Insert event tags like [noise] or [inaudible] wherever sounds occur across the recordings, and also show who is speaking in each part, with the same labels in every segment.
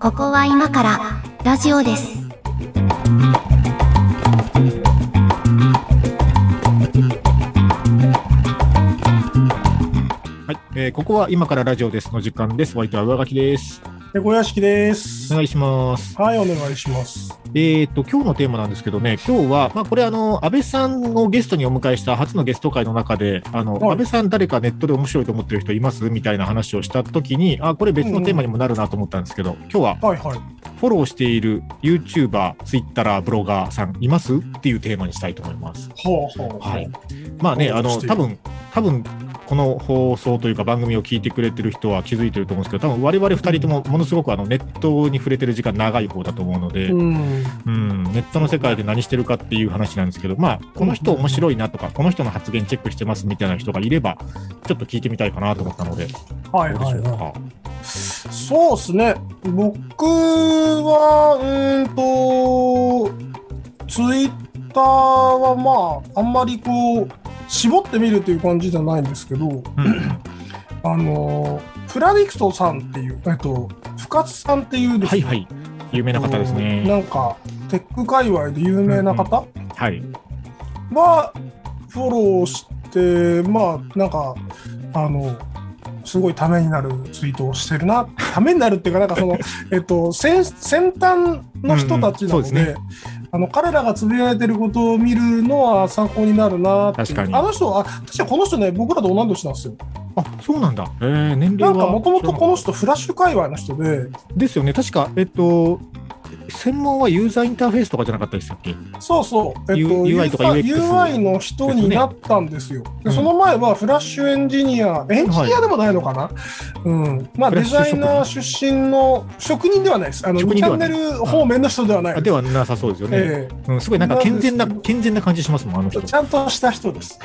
Speaker 1: ここは今からラジオです。
Speaker 2: はい、えーここは今からラジオですの時間です。ワイトは上書きです。
Speaker 3: 猫屋敷です
Speaker 2: お。願いします。
Speaker 3: はい、お願いします。
Speaker 2: えっ、と、今日のテーマなんですけどね、今日は、まあ、これ、あの、安倍さんをゲストにお迎えした初のゲスト会の中で、あの、
Speaker 3: はい
Speaker 2: 安倍さん誰かネットで面白いと思ってる人いますみたいな話をしたときに、あ、これ別のテーマにもなるなと思ったんですけど、今日は
Speaker 3: はいはい。
Speaker 2: フォローしている YouTuber、Twitter、ブロガーさんいますっていうテーマにしたいと思います。
Speaker 3: はあはあ。
Speaker 2: はい。まあね、あの、多分、多分、この放送というか番組を聞いてくれてる人は気づいてると思うんですけど、多分我々二人ともものすごくあのネットに触れてる時間長い方だと思うので、
Speaker 3: うん。
Speaker 2: うん、ネットの世界で何してるかっていう話なんですけど、まあ、この人面白いなとか、この人の発言チェックしてますみたいな人がいれば、ちょっと聞いてみたいかなと思ったので、ど
Speaker 3: は
Speaker 2: う
Speaker 3: い
Speaker 2: でし
Speaker 3: は
Speaker 2: ょ
Speaker 3: いうは
Speaker 2: か。
Speaker 3: い。そうですね。僕は、うーんと、ツイッターはまあ、あんまりこう、絞ってみるという感じじゃないんですけど、
Speaker 2: うん
Speaker 3: あの、プラディクトさんっていう、えっと、深津さんっていうです
Speaker 2: はい
Speaker 3: ね。
Speaker 2: はい、有名な方です
Speaker 3: うん
Speaker 2: ね。
Speaker 3: なんか、テック界隈で有名な方、
Speaker 2: はい。
Speaker 3: はフォローしてまあなんかあのすごいためになるツイートをしてるなためになるっていうかなんか
Speaker 2: [laughs]
Speaker 3: そのえっと先先端の人たちな
Speaker 2: うんうんそうで
Speaker 3: の
Speaker 2: す
Speaker 3: で,、
Speaker 2: ね
Speaker 3: あの彼らがつぶやいてることを見るのは参考になるなっていう
Speaker 2: 確かに
Speaker 3: あの人あ確かこの人ね僕らと同い年なんですよ
Speaker 2: あ、そうなんだ。えー、年
Speaker 3: な
Speaker 2: 齢は。
Speaker 3: んかもともとこの人フラッシュ界隈の人で
Speaker 2: ですよね、確か、えっと、専門はユーザーインターフェースとかじゃなかったでしたっけ
Speaker 3: そうそう、えっと、
Speaker 2: U- UI とか
Speaker 3: U-
Speaker 2: UX
Speaker 3: UI の人になったんですよ。
Speaker 2: うん
Speaker 3: でその前はフラッシュエンジニア、エンジニアでもないのかな、うんまあ、
Speaker 2: フラ
Speaker 3: デ
Speaker 2: ッシュ職人
Speaker 3: ザイナー出身の職人ではないです、あの
Speaker 2: 職
Speaker 3: 2
Speaker 2: 人では
Speaker 3: チャン
Speaker 2: な
Speaker 3: ネ
Speaker 2: い
Speaker 3: ル方面の人ではない
Speaker 2: あ
Speaker 3: です。
Speaker 2: ではなさそうですよね、
Speaker 3: え
Speaker 2: うん。すごいなんか健全な、
Speaker 3: なんです
Speaker 2: 健全な感じしますもん、あの
Speaker 3: え
Speaker 2: 人。
Speaker 3: ちゃんとした人です。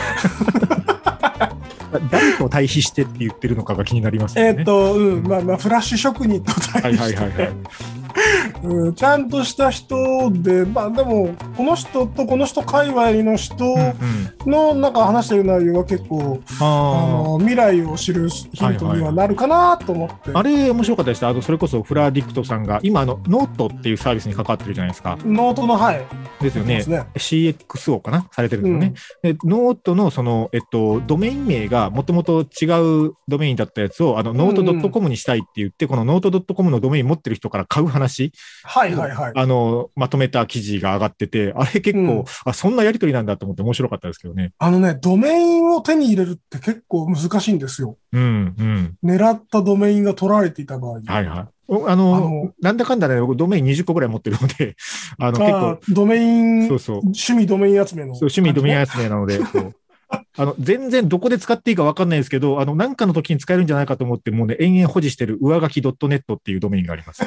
Speaker 2: 誰と対比してって言ってるのかが気になります
Speaker 3: え
Speaker 2: よね。
Speaker 3: っと、うん、まあまあ、フラッシュ職人と
Speaker 2: は
Speaker 3: 対
Speaker 2: い
Speaker 3: 比
Speaker 2: はい
Speaker 3: し
Speaker 2: はい [laughs] はい
Speaker 3: て、。うんちゃんとした人で、まあでも、この人とこの人界隈の人
Speaker 2: うんうん
Speaker 3: のなんか話してる内容は結構、あ
Speaker 2: あ
Speaker 3: の未来を知るヒントにはなるかなと思って、
Speaker 2: ーあれ面白かったです。あのそれこそフラディクトさんが今あのノートっていうサービスに関わってるじゃないですか。
Speaker 3: ノートのはい
Speaker 2: ですよね
Speaker 3: です。ね
Speaker 2: CXO かなされてるん
Speaker 3: う
Speaker 2: ですよね
Speaker 3: ん。
Speaker 2: でノートのその、えっと、ドメイン名がもともと違うドメインだったやつをあのノート .com にしたいって言って、このノート .com のドメイン持ってる人から買う話、
Speaker 3: はいはいはい
Speaker 2: あのまとめた記事が上がってて、あれ結構、
Speaker 3: うん
Speaker 2: あそんなやりとりなんだと思って面白かったですけどね。
Speaker 3: あのねドメインを手に入れるって結構難しいんですよ
Speaker 2: うんうん。
Speaker 3: 狙ったドメインが取られていた場合、
Speaker 2: はい
Speaker 3: あ
Speaker 2: はい。おあの
Speaker 3: の
Speaker 2: なんだかんだね、僕ドメイン20個ぐらい持ってるので、あの結
Speaker 3: あ
Speaker 2: 構、
Speaker 3: ドメイン
Speaker 2: そうそう。
Speaker 3: 趣味ドメイン集めの
Speaker 2: そう趣味ドメイ
Speaker 3: ン
Speaker 2: ン集めなので、こ
Speaker 3: [laughs]
Speaker 2: うあの全然どこで使っていいか分かんないですけど、あのなんかの時に使えるんじゃないかと思って、もうね、延々保持してる上書き .net っていうドメインがあります。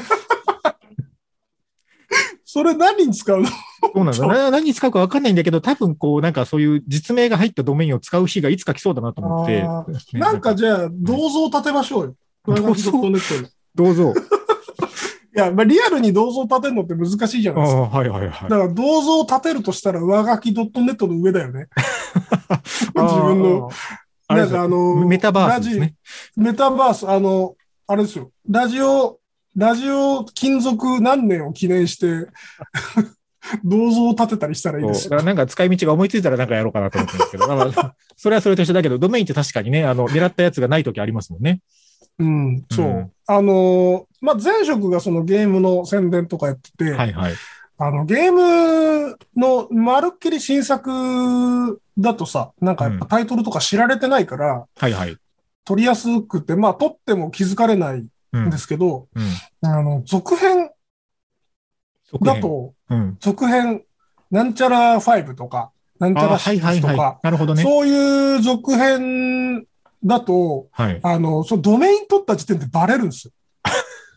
Speaker 3: それ何に使うの
Speaker 2: そうなんだ。な何に使うか分かんないんだけど、多分こう、なんかそういう実名が入ったドメインを使う日がいつか来そうだなと思って
Speaker 3: あ、
Speaker 2: ね
Speaker 3: なんか、じゃあ銅像立てましょうよ
Speaker 2: 銅像
Speaker 3: ドラゴンズドットネットにい
Speaker 2: どうぞ。
Speaker 3: や、まあ、リアルに銅像立てるのって難しいじゃ
Speaker 2: あ
Speaker 3: ないですか
Speaker 2: あ、はいはいはい
Speaker 3: だ。から銅像立てるとしたら上書き .net の上だ
Speaker 2: [laughs]
Speaker 3: よね自分の
Speaker 2: あー。あれ
Speaker 3: な
Speaker 2: で
Speaker 3: ん
Speaker 2: す
Speaker 3: かあ
Speaker 2: よ
Speaker 3: の、
Speaker 2: メタバースですね。
Speaker 3: ラジ。メタバース、あの、あれですよ。ラジオ、ラジオ金属何年を記念して、 [laughs] 銅像を建てたりしたらいい
Speaker 2: そう
Speaker 3: で
Speaker 2: だ
Speaker 3: す
Speaker 2: か
Speaker 3: よ。
Speaker 2: らなんか使い道が思いついたらなんかやろうかなと思ってるんですけど、まあまあ [laughs] それはそれと一緒だけど、ドメインって確かにね、あの狙ったやつがない時ありますもんね。
Speaker 3: うん、そう。
Speaker 2: うん
Speaker 3: あの、まあ、前職がそのゲームの宣伝とかやってて、
Speaker 2: はいはい。
Speaker 3: あの、ゲームのまるっきり新作だとさ、なんかやっぱタイトルとか知られてないから、
Speaker 2: はいはい。
Speaker 3: 取りやすくて、まあ、取っても気づかれないん
Speaker 2: うん
Speaker 3: ですけど、
Speaker 2: うん
Speaker 3: あの、続編
Speaker 2: 続編
Speaker 3: だと、
Speaker 2: うん。
Speaker 3: 続編、なんちゃら5とか、なんちゃ
Speaker 2: あー
Speaker 3: ら
Speaker 2: はいはい
Speaker 3: 6と
Speaker 2: は
Speaker 3: か、
Speaker 2: い。なるほどね。
Speaker 3: そういう続編だと、
Speaker 2: はい。 [laughs]
Speaker 3: あの、そのドメイン取った時点でバレるんですよ。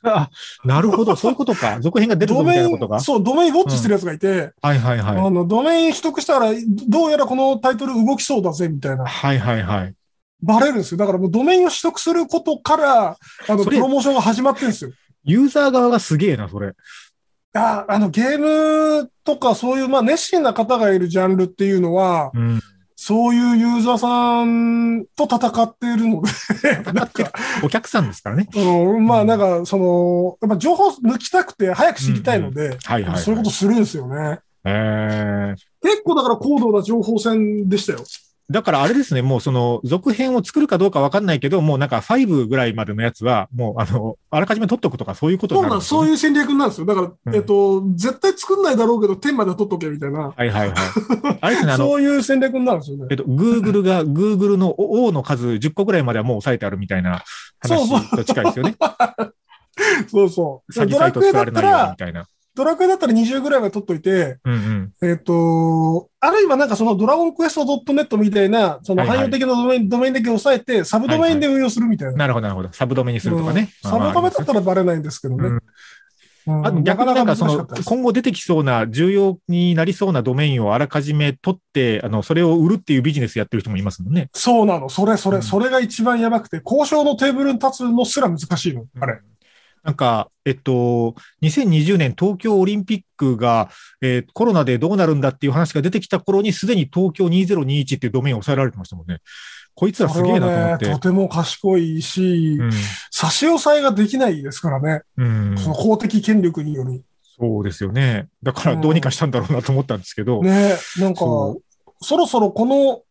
Speaker 2: あ、なるほど。そういうことか。続編が出るぞ
Speaker 3: ド
Speaker 2: み
Speaker 3: メ
Speaker 2: たい
Speaker 3: イ
Speaker 2: なことが
Speaker 3: ン、。そう、ドメインウォッチしてるやつがいて、
Speaker 2: はいはいは。。
Speaker 3: あの、ドメイン取得したら、どうやらこのタイトル動きそうだぜ、みたいない
Speaker 2: はいはいはい。
Speaker 3: バレるんですよ。だからもうドメインを取得することから、あの、
Speaker 2: そ
Speaker 3: プ
Speaker 2: れ
Speaker 3: ロモーションが始まってるんですよ。
Speaker 2: ユーザー側がすげえな、それ。
Speaker 3: ああの、ゲームとかそういう、まあ、熱心な方がいるジャンルっていうのは、
Speaker 2: うん。
Speaker 3: そういうユーザーさんと戦っているので、 [laughs] なんか、
Speaker 2: お客さんですからね。
Speaker 3: うん、まあなんか、その、やっぱ情報抜きたくて早く知りたいので、
Speaker 2: はいはい、はい。
Speaker 3: そういうことするんですよね。
Speaker 2: えー
Speaker 3: 結構だから高度な情報戦でしたよ。
Speaker 2: だからあれですね、もうその続編を作るかどうかわかんないけど、もうなんか5ぐらいまでのやつは、もうあの、あらかじめ取っとくとかそういうことに
Speaker 3: そう
Speaker 2: なる
Speaker 3: なんん、
Speaker 2: ですね
Speaker 3: そういう戦略なんですよ。だから、
Speaker 2: うん
Speaker 3: えっと、絶対作んないだろうけど、天までは取っとけみたいな。
Speaker 2: はいはいはい。あれですね、あ
Speaker 3: [laughs]
Speaker 2: の、
Speaker 3: そういう戦略になるんですよ
Speaker 2: え
Speaker 3: ね。
Speaker 2: っと、Google が Google の O の数10個ぐらいまではもう抑えてあるみたいな話
Speaker 3: そう
Speaker 2: と近いですよね。
Speaker 3: そうそう。
Speaker 2: 詐欺
Speaker 3: ド
Speaker 2: サ
Speaker 3: ラ
Speaker 2: イト
Speaker 3: クエ
Speaker 2: 使
Speaker 3: だ
Speaker 2: わ
Speaker 3: っ
Speaker 2: れな
Speaker 3: た
Speaker 2: いようにみ
Speaker 3: ら、
Speaker 2: たいな。
Speaker 3: ドラクエだったら20ぐらいは取っといて、
Speaker 2: うんうん。
Speaker 3: えっと、あるいはなんかそのドラゴンクエスト .net みたいな、その
Speaker 2: はいはい
Speaker 3: 汎用的なドメイン,、ドメインだけ抑えて、サブドメインで運用するみたいな。
Speaker 2: なるほどなるほど。サブ止めにするとかね。
Speaker 3: うんサブドメだったらバレないんですけどね。うん
Speaker 2: あと
Speaker 3: な
Speaker 2: 逆
Speaker 3: か
Speaker 2: に
Speaker 3: な
Speaker 2: なんか
Speaker 3: か難し
Speaker 2: そ
Speaker 3: か
Speaker 2: の
Speaker 3: ったです。
Speaker 2: 今後出てきそうな重要になりそうなドメインをあらかじめ取って、あのそれを売るっていうビジネスやってる人もいますもんね。
Speaker 3: そうなの、それそれ、
Speaker 2: うん
Speaker 3: それが一番やばくて、交渉のテーブルに立つのすら難しいの、あれ。
Speaker 2: なんか、えっと、2020年東京オリンピックが、えーコロナでどうなるんだっていう話が出てきた頃に、すでに東京2021っていうドメインを抑えられてましたもんね。こいつらすげえなと思っ
Speaker 3: それはね
Speaker 2: て
Speaker 3: と。ても賢いし、差し押さえができないですからね、
Speaker 2: うんうん
Speaker 3: その公的権力により。
Speaker 2: そうですよね。だからどうにかしたんだろうなと思ったんですけど。
Speaker 3: ねなんか、
Speaker 2: そ
Speaker 3: そろそろこの、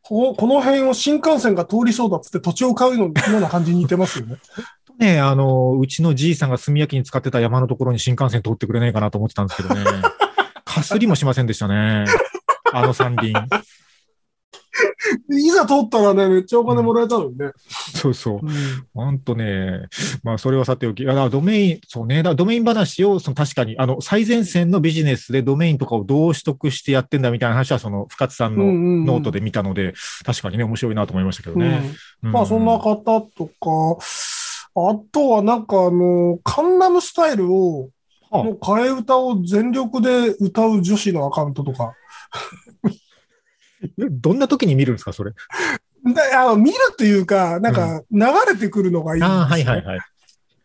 Speaker 3: ここの辺を新幹線が通りそうだっつって土地を買うのような感じに似てますよね。 [laughs]
Speaker 2: ね、あの、うちのじいさんが炭焼きに使ってた山のところに新幹線通ってくれないかなと思ってたんですけどね。
Speaker 3: [laughs]
Speaker 2: かすりもしませんでしたね。あの山林。
Speaker 3: いざ通ったらね、めっちゃお金もらえたのにね。
Speaker 2: そうそう。
Speaker 3: うん
Speaker 2: ほんとね。まあ、それはさておき。あだからドメイン、そうね。だからドメイン話を、その確かに、あの、最前線のビジネスでドメインとかをどう取得してやってんだみたいな話は、その、深津さん
Speaker 3: うん
Speaker 2: の
Speaker 3: うんうん
Speaker 2: ノートで見たので、確かにね、面白いなと思いましたけどね。
Speaker 3: うんまあ、そんな
Speaker 2: か
Speaker 3: 方とか、あとはなんかあの、カンナムスタイルを、
Speaker 2: はあ
Speaker 3: の替え歌を全力で歌う女子のアカウントとか。
Speaker 2: どんな時に見るんですか、それ。
Speaker 3: であの見るというか、なんか流れてくるのがいいんですよ、
Speaker 2: ああ、はいはいはい。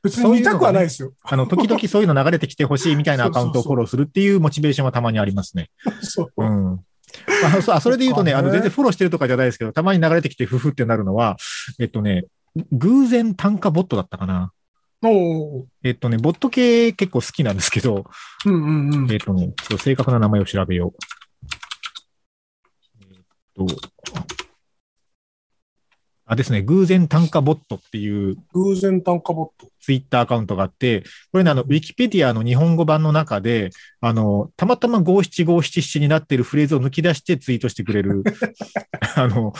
Speaker 3: 別に見たくはないですよ。 [laughs]
Speaker 2: あの、時々そういうの流れてきてほしいみたいなアカウントをフォローするっていうモチベーションはたまにありますね。
Speaker 3: そう
Speaker 2: うん。あそうあそれで言うとね、
Speaker 3: そっ
Speaker 2: あ
Speaker 3: かね
Speaker 2: の、全然フォローしてるとかじゃないですけど、たまに流れてきてふふってなるのは、えっとね、偶然単価ボットだったかな。
Speaker 3: おう
Speaker 2: えっとね、ボット系結構好きなんですけど、
Speaker 3: うんうんうん
Speaker 2: えっとね、ちょっと正確な名前を調べよう。えっと、あですね、偶然単価ボットっていう
Speaker 3: 偶然単価ボット。
Speaker 2: ツイッターアカウントがあって、これね、あの、ウィキペディアの日本語版の中で、あの、たまたま五七五七七になってるフレーズを抜き出してツイートしてくれる、あの、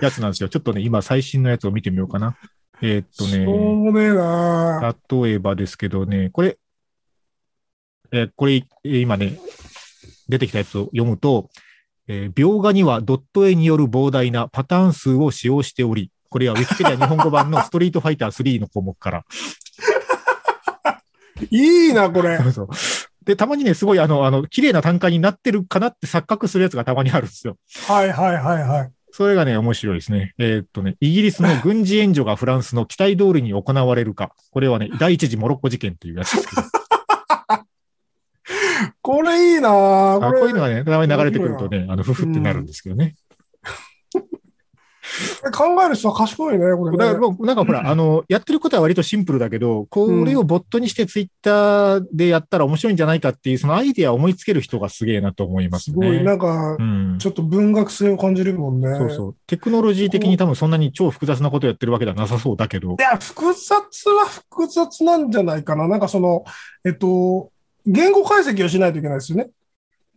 Speaker 2: やつなんですよ。ちょっとね、今最新のやつを見てみようかな。えーっと
Speaker 3: しょう
Speaker 2: ね、
Speaker 3: もねえな
Speaker 2: 例えばですけどね、これ、えーこれ、えー今ね、出てきたやつを読むと、えー描画にはドット絵による膨大なパターン数を使用しており、これはウィキペディア日本語版のストリートファイター3の項目から、
Speaker 3: いいな、これ。
Speaker 2: そうそう。で、たまにね、すごい、あの、あの、綺麗な単価になってるかなって錯覚するやつがたまにあるんですよ。
Speaker 3: はいはいはいはい。
Speaker 2: それがね、面白いですね。えーっとね、イギリスの軍事援助がフランスの期待通りに行われるか。これはね、第一次モロッコ事件というやつですけど。
Speaker 3: これいいな
Speaker 2: あ
Speaker 3: こ
Speaker 2: こ
Speaker 3: れ
Speaker 2: ういうのがね、たまに流れてくるとね、あの、ふふってなるんですけどね。
Speaker 3: 考える人は賢いね、これ、
Speaker 2: だから
Speaker 3: ね。
Speaker 2: もうなんかほら、あの、やってることは割とシンプルだけど、これをボットにしてツイッターでやったら面白いんじゃないかっていう、そのアイディアを思いつける人がすげえなと思います
Speaker 3: す
Speaker 2: ね。
Speaker 3: ごい、なんか
Speaker 2: う、ん
Speaker 3: ちょっと文学性を感じるもんね。
Speaker 2: そうそう。テクノロジー的に多分そんなに超複雑なことやってるわけではなさそうだけど
Speaker 3: い。や、複雑は複雑なんじゃないかな。なんかその、えっと、言語解析をしないといけないですよね。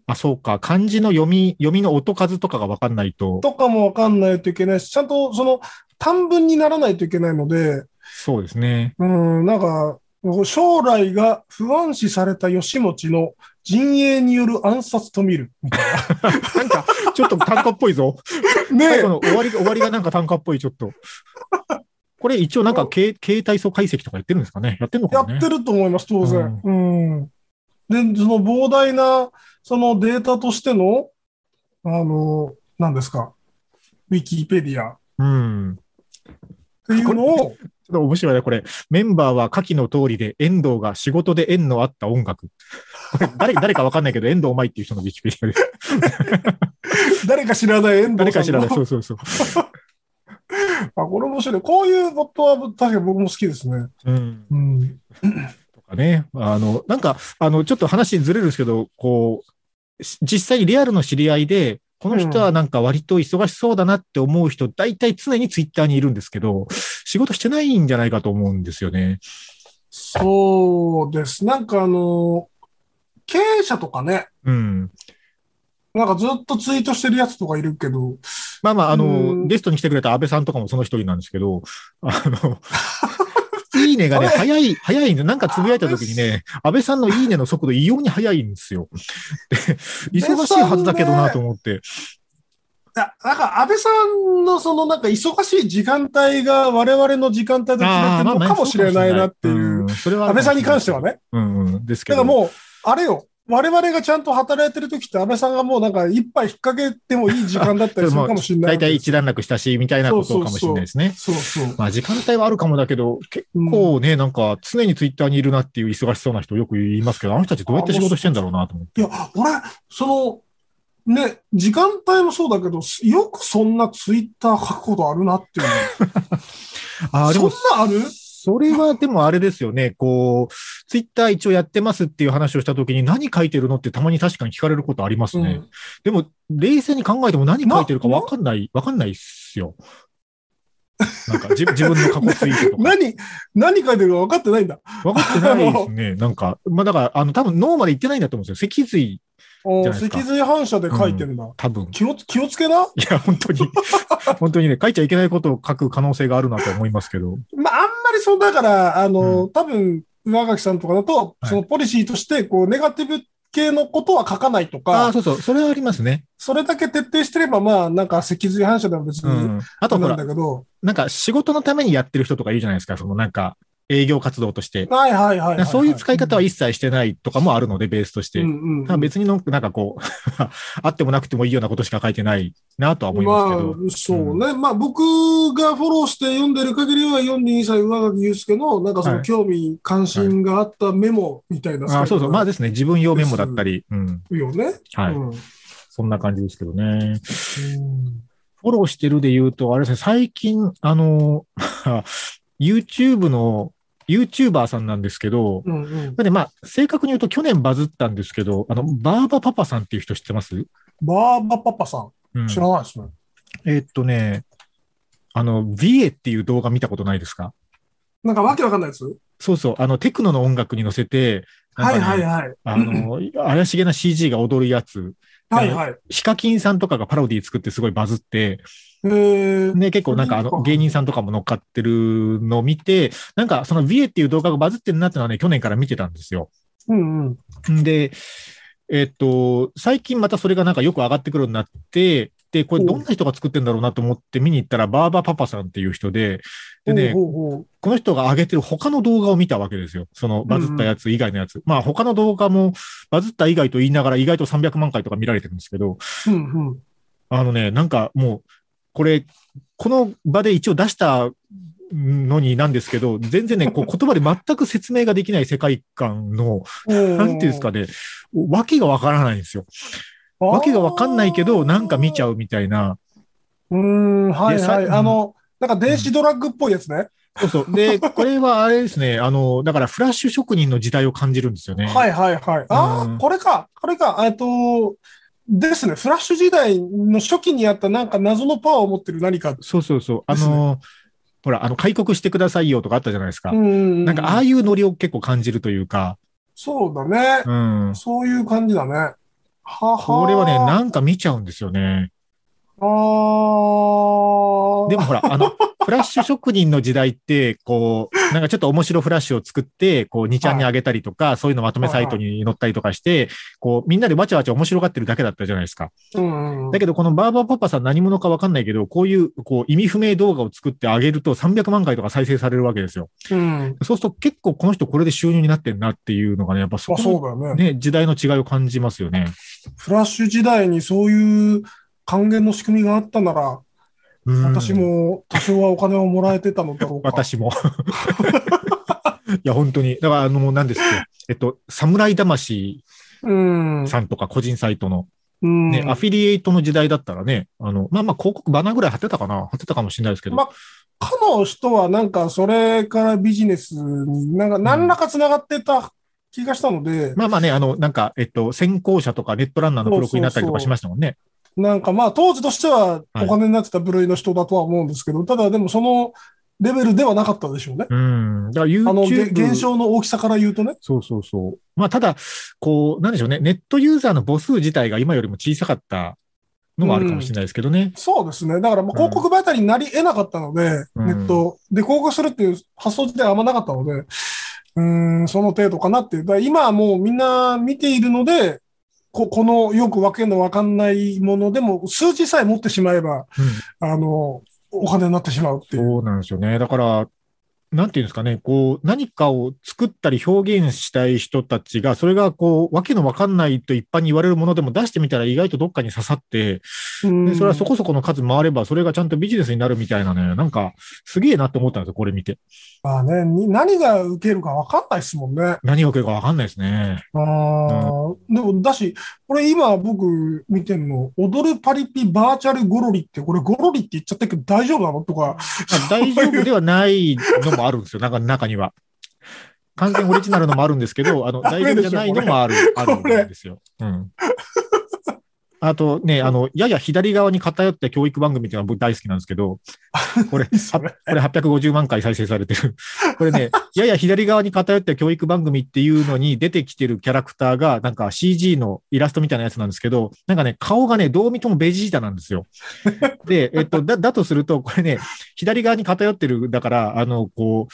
Speaker 2: あ、そうか。漢字の読み、読みの音数とかがわかんないと、
Speaker 3: とかもわかんないといけないし、ちゃんとその短文にならないといけないので、
Speaker 2: そうですね。
Speaker 3: うん、なんか、将来が不安視された吉持の陣営による暗殺と見る。みたい
Speaker 2: なんか、ちょっと単価っぽいぞ。
Speaker 3: な
Speaker 2: 最後
Speaker 3: ね
Speaker 2: の終わりが、終わりがなんか単価っぽい、ちょっと。これ一応なんか、け携帯素解析とかやってるんですかねやってんの
Speaker 3: えや
Speaker 2: かね
Speaker 3: ってると思います、当然。うん。で、その膨大な、そのデータとしての、あの、何ですか、ウィキペディアっ
Speaker 2: うん。
Speaker 3: ていうのを、
Speaker 2: でも面白いね、これ。メンバーは下記の通りで、遠藤が仕事で縁のあった音楽。これ誰、 [laughs] 誰かわかんないけど、遠藤うまいっていう人のウィキペディアです。
Speaker 3: 誰か知らない遠藤さんの
Speaker 2: 誰か知らない。そうそうそう。
Speaker 3: [laughs] あ、これ面白い。こういうボットは確かに僕も好きですね。
Speaker 2: うん。
Speaker 3: うん。
Speaker 2: とかね。あの、なんか、あの、ちょっと話ずれるんですけど、こう、し実際にリアルの知り合いで、この人はなんか割と忙しそうだなって思う人、大体常にツイッターにいるんですけど、仕事してないんじゃないかと思うんですよね。
Speaker 3: そうです。なんかあの、経営者とかね、
Speaker 2: うん。
Speaker 3: なんかずっとツイートしてるやつとかいるけど、
Speaker 2: まあまあ、あ
Speaker 3: う
Speaker 2: の、
Speaker 3: ん
Speaker 2: ゲストに来てくれた安倍さんとかもその一人なんですけど、あの、 [laughs] いいねがね、
Speaker 3: [laughs] あれ
Speaker 2: 早い、早いんで、なんかつぶやいた時にね、安倍さんのいいねの速度異様に早いんですよ。で
Speaker 3: 安倍さんね
Speaker 2: 忙しいはずだけどなと思って。
Speaker 3: いやなんか安倍さんのそのなんか忙しい時間帯が我々の時間帯と違ってる
Speaker 2: ー
Speaker 3: のかもしれないなってい
Speaker 2: ん
Speaker 3: う、
Speaker 2: それはあるか
Speaker 3: 安倍
Speaker 2: も
Speaker 3: さんに関してはね。
Speaker 2: うんうん、ですけ
Speaker 3: だ
Speaker 2: ど。
Speaker 3: からもう、あれよ、我々がちゃんと働いてる時って安倍さんがもうなんか一杯引っ掛けてもいい時間だったりするかもしれない。
Speaker 2: 大体一段落したし、みたいなことかもしれないですね。
Speaker 3: そうそう。
Speaker 2: まあ時間帯はあるかもだけど、結構ね、なんか常にツイッターにいるなっていう忙しそうな人よく言いますけど、あの人たちどうやって仕事してんだろうなと思って。
Speaker 3: いや、俺、その、ね、時間帯もそうだけど、よくそんなツイッター書くことあるなっていう。
Speaker 2: あーで
Speaker 3: そん
Speaker 2: も
Speaker 3: なある
Speaker 2: それはでもあれですよね、こう、ツイッター一応やってますっていう話をしたときに、何書いてるのってたまに確かに聞かれることありますね。でも、冷静に考えても何書いてるかわかんない、わかんないっす
Speaker 3: [laughs]
Speaker 2: よ。なんか自自分の過去ツイート
Speaker 3: うん
Speaker 2: とか。
Speaker 3: 何、何書いてるか分かってないんだ。
Speaker 2: 分かってないです
Speaker 3: [laughs]
Speaker 2: ね。なんか、まあだから、あの、多分脳まで行ってないんだと思うんですよ。脊髄、
Speaker 3: お
Speaker 2: じゃないですか
Speaker 3: 脊髄反射で書いてるんだ。
Speaker 2: 多
Speaker 3: [laughs]
Speaker 2: 分。
Speaker 3: 気を気をつけな。
Speaker 2: いや、本当に、本当にね、書いちゃいけないことを書く可能性があるなと思いますけど。
Speaker 3: まあ、あんまりそう、だから、あの、
Speaker 2: う
Speaker 3: 多分、上垣さんとかだと、
Speaker 2: はい
Speaker 3: そのポリシーとして、こう、ネガティブ系のことは書かないと
Speaker 2: ああー、
Speaker 3: か、
Speaker 2: そうそう、それはありますね。
Speaker 3: それだけ徹底してれば、まあ、なんか脊髄反射でも別
Speaker 2: う
Speaker 3: に、
Speaker 2: ん。あとほ
Speaker 3: な
Speaker 2: ら
Speaker 3: ん、だけど、
Speaker 2: なんか仕事のためにやってる人とかいるじゃないですか、そのなんか営業活動として。
Speaker 3: はいはいはいはいはい。
Speaker 2: そういう使い方は一切してないとかもあるので、ベースとして。
Speaker 3: うんうん
Speaker 2: ただ別にの、なんかこう、 [laughs] あってもなくてもいいようなことしか書いてないなとは思いますけど。
Speaker 3: あ、そうね。まあ、僕がフォローして読んでる限りは、42歳上垣祐介の、なんかそ
Speaker 2: は
Speaker 3: の
Speaker 2: い
Speaker 3: 興味、関心があったメモみたいな、
Speaker 2: あそうそう。まあですね、自分用メモだったり、うん。
Speaker 3: あ、よね。
Speaker 2: はい、
Speaker 3: うん
Speaker 2: そんな感じですけどね。フォローしてるで言うと、あれですね、最近、あの、YouTube の、YouTuber さんなんですけど、
Speaker 3: うんうん。
Speaker 2: で、まあ、正確に言うと去年バズったんですけど、あの、バーバパパさんっていう人知ってます、
Speaker 3: バーバパパさん、
Speaker 2: うん、
Speaker 3: 知らないですね。
Speaker 2: えーっとね、あの、ビエっていう動画見たことないですか
Speaker 3: なんかわけわかんないです。
Speaker 2: そうそう、あの、テクノの音楽に乗せて、なん
Speaker 3: は
Speaker 2: か
Speaker 3: い
Speaker 2: ね
Speaker 3: はいはい。
Speaker 2: あの、怪しげな CG が踊るやつ、
Speaker 3: はいはい。
Speaker 2: ヒカキンさんとかがパロディ作ってすごいバズって、
Speaker 3: えー、
Speaker 2: ね、結構なんかあ
Speaker 3: そ
Speaker 2: の
Speaker 3: う
Speaker 2: 芸人さんとかも乗っかってるのを見て、なんかそのビエっていう動画がバズってるなってのはね、去年から見てたんですよ。
Speaker 3: うんうん。
Speaker 2: んで、えっと、最近またそれがなんかよく上がってくるようになって、で、これどんな人が作ってんだろうなと思って見に行ったら、バーバパパさんっていう人で、でね、
Speaker 3: ほうほうほう
Speaker 2: この人が上げてる他の動画を見たわけですよ。そのバズったやつ以外のやつ。まあ他の動画もバズった以外と言いながら意外と300万回とか見られてるんですけど、
Speaker 3: うんうん。
Speaker 2: あのね、なんかもう、これ、この場で一応出したのになんですけど、全然ね、こう言葉で全く説明ができない世界観の、な
Speaker 3: なん
Speaker 2: ていうんですかね、わけがわからないんですよ。わけがわかんないけど、なんか見ちゃ
Speaker 3: う。
Speaker 2: うみたいな。
Speaker 3: うーん、はい
Speaker 2: でさ
Speaker 3: はい。あの、なんか電子ドラッグっぽいやつね。
Speaker 2: そうそう。で、これはあれですね、あの、だからフラッシュ職人の時代を感じるんですよね。
Speaker 3: はいはいはい。ああ、
Speaker 2: うん
Speaker 3: これか、これか、えっと、ですね、フラッシュ時代の初期にあったなんか謎のパワーを持ってる何か。
Speaker 2: そうそうそう。あ
Speaker 3: ですね
Speaker 2: の、ほら、あの、開国してくださいよとかあったじゃないですか。
Speaker 3: うん
Speaker 2: なんか、ああいうノリを結構感じるというか、
Speaker 3: そうだね。
Speaker 2: うん。
Speaker 3: そういう感じだね。はは。
Speaker 2: これはね、なんか見ちゃうんですよね。
Speaker 3: あー
Speaker 2: でも、ほら、あの、フラッシュ職人の時代って、こう、なんかちょっと面白フラッシュを作って、こう、2ちゃんにあげたりとか、そういうのまとめサイトに載ったりとかして、こう、みんなでわちゃわちゃ面白がってるだけだったじゃないですか。
Speaker 3: うんうん
Speaker 2: だけど、このバーバーパパさん何者かわかんないけど、こういう、こう、意味不明動画を作ってあげると300万回とか再生されるわけですよ。
Speaker 3: うん、
Speaker 2: そうすると結構この人これで収入になってんなっていうのがね、やっぱそ
Speaker 3: ま
Speaker 2: こ
Speaker 3: あそ
Speaker 2: の
Speaker 3: うだよね。
Speaker 2: ね、時代の違いを感じますよね。
Speaker 3: フラッシュ時代にそういう還元の仕組みがあったなら、
Speaker 2: うん
Speaker 3: 私。も多少はお金をもらえてたのだろうか。
Speaker 2: 私も。 [laughs] いや、本当に。だから、あの、何ですか。えっと、侍魂
Speaker 3: うん。
Speaker 2: さんとか個人サイトの、
Speaker 3: うん
Speaker 2: ね、アフィリエイトの時代だったらね、あの、まあまあ、広告バナーぐらい貼ってたかな貼ってたかもしれないですけど。
Speaker 3: まあ、かの人はなんかそれからビジネスになんか何らかつながってた気がしたので、
Speaker 2: まあまあね、あの、なんか、えっと、先行者とかネットランナーの付録になったりとかしましたもんね。
Speaker 3: なんかまあ当時としてはお金になってた部類の人だとは思うんですけど、ただでもそのレベルではなかったでしょうね。
Speaker 2: うん。だから YouTube。
Speaker 3: あの、げ現象の大きさから言うとね。
Speaker 2: そうそうそう。まあ、ただ、こう、なんでしょうね、ネットユーザーの母数自体が今よりも小さかったのもあるかもしれないですけどね。
Speaker 3: そうですね。だからまあ広告媒体になり得なかったので、
Speaker 2: うん
Speaker 3: ネットで広告するっていう発想自体はあんまなかったので、うーん、その程度かなっていう。だから今はもうみんな見ているので、ここのよくわけのわかんないものでも数字さえ持ってしまえば、
Speaker 2: うん
Speaker 3: あの、お金になってしまうっていう。
Speaker 2: そうなんですよね。だから、なんていうんですかね、こう、何かを作ったり表現したい人たちが、それがこう、わけのわかんないと一般に言われるものでも出してみたら意外とどっかに刺さって、
Speaker 3: うん
Speaker 2: でそれはそこそこの数回れば、それがちゃんとビジネスになるみたいなね、なんか、すげえなと思ったんですよ、これ見て。
Speaker 3: まあね、に何が受けるかわかんないですもんね。
Speaker 2: 何が起きるかわかんないですね。
Speaker 3: あーでも、だし、これ今僕見てんの、踊るパリピバーチャルゴロリって、これゴロリって言っちゃったけど大丈夫なのとか、
Speaker 2: まあ大丈夫ではないのもあるんですよ、なんか中には。完全オリジナルのもあるんですけど、あの
Speaker 3: [laughs] ダ
Speaker 2: 大丈
Speaker 3: メで
Speaker 2: 夫
Speaker 3: しょ
Speaker 2: じゃないのもあるあ
Speaker 3: これ
Speaker 2: るんですよ。うん、あとね、あの、やや左側に偏った教育番組っていうのは僕大好きなんですけど、こ
Speaker 3: [laughs]
Speaker 2: れ、
Speaker 3: そ
Speaker 2: は
Speaker 3: れ
Speaker 2: これ850万回再生されてる。これね、 [laughs] やや左側に偏った教育番組っていうのに出てきてるキャラクターが、なんか CG のイラストみたいなやつなんですけど、なんかね、顔がね、どう見てもベジータなんですよ。 [laughs] で、えっと、だ、だとすると、これね、左側に偏ってる、だから、あの、こう、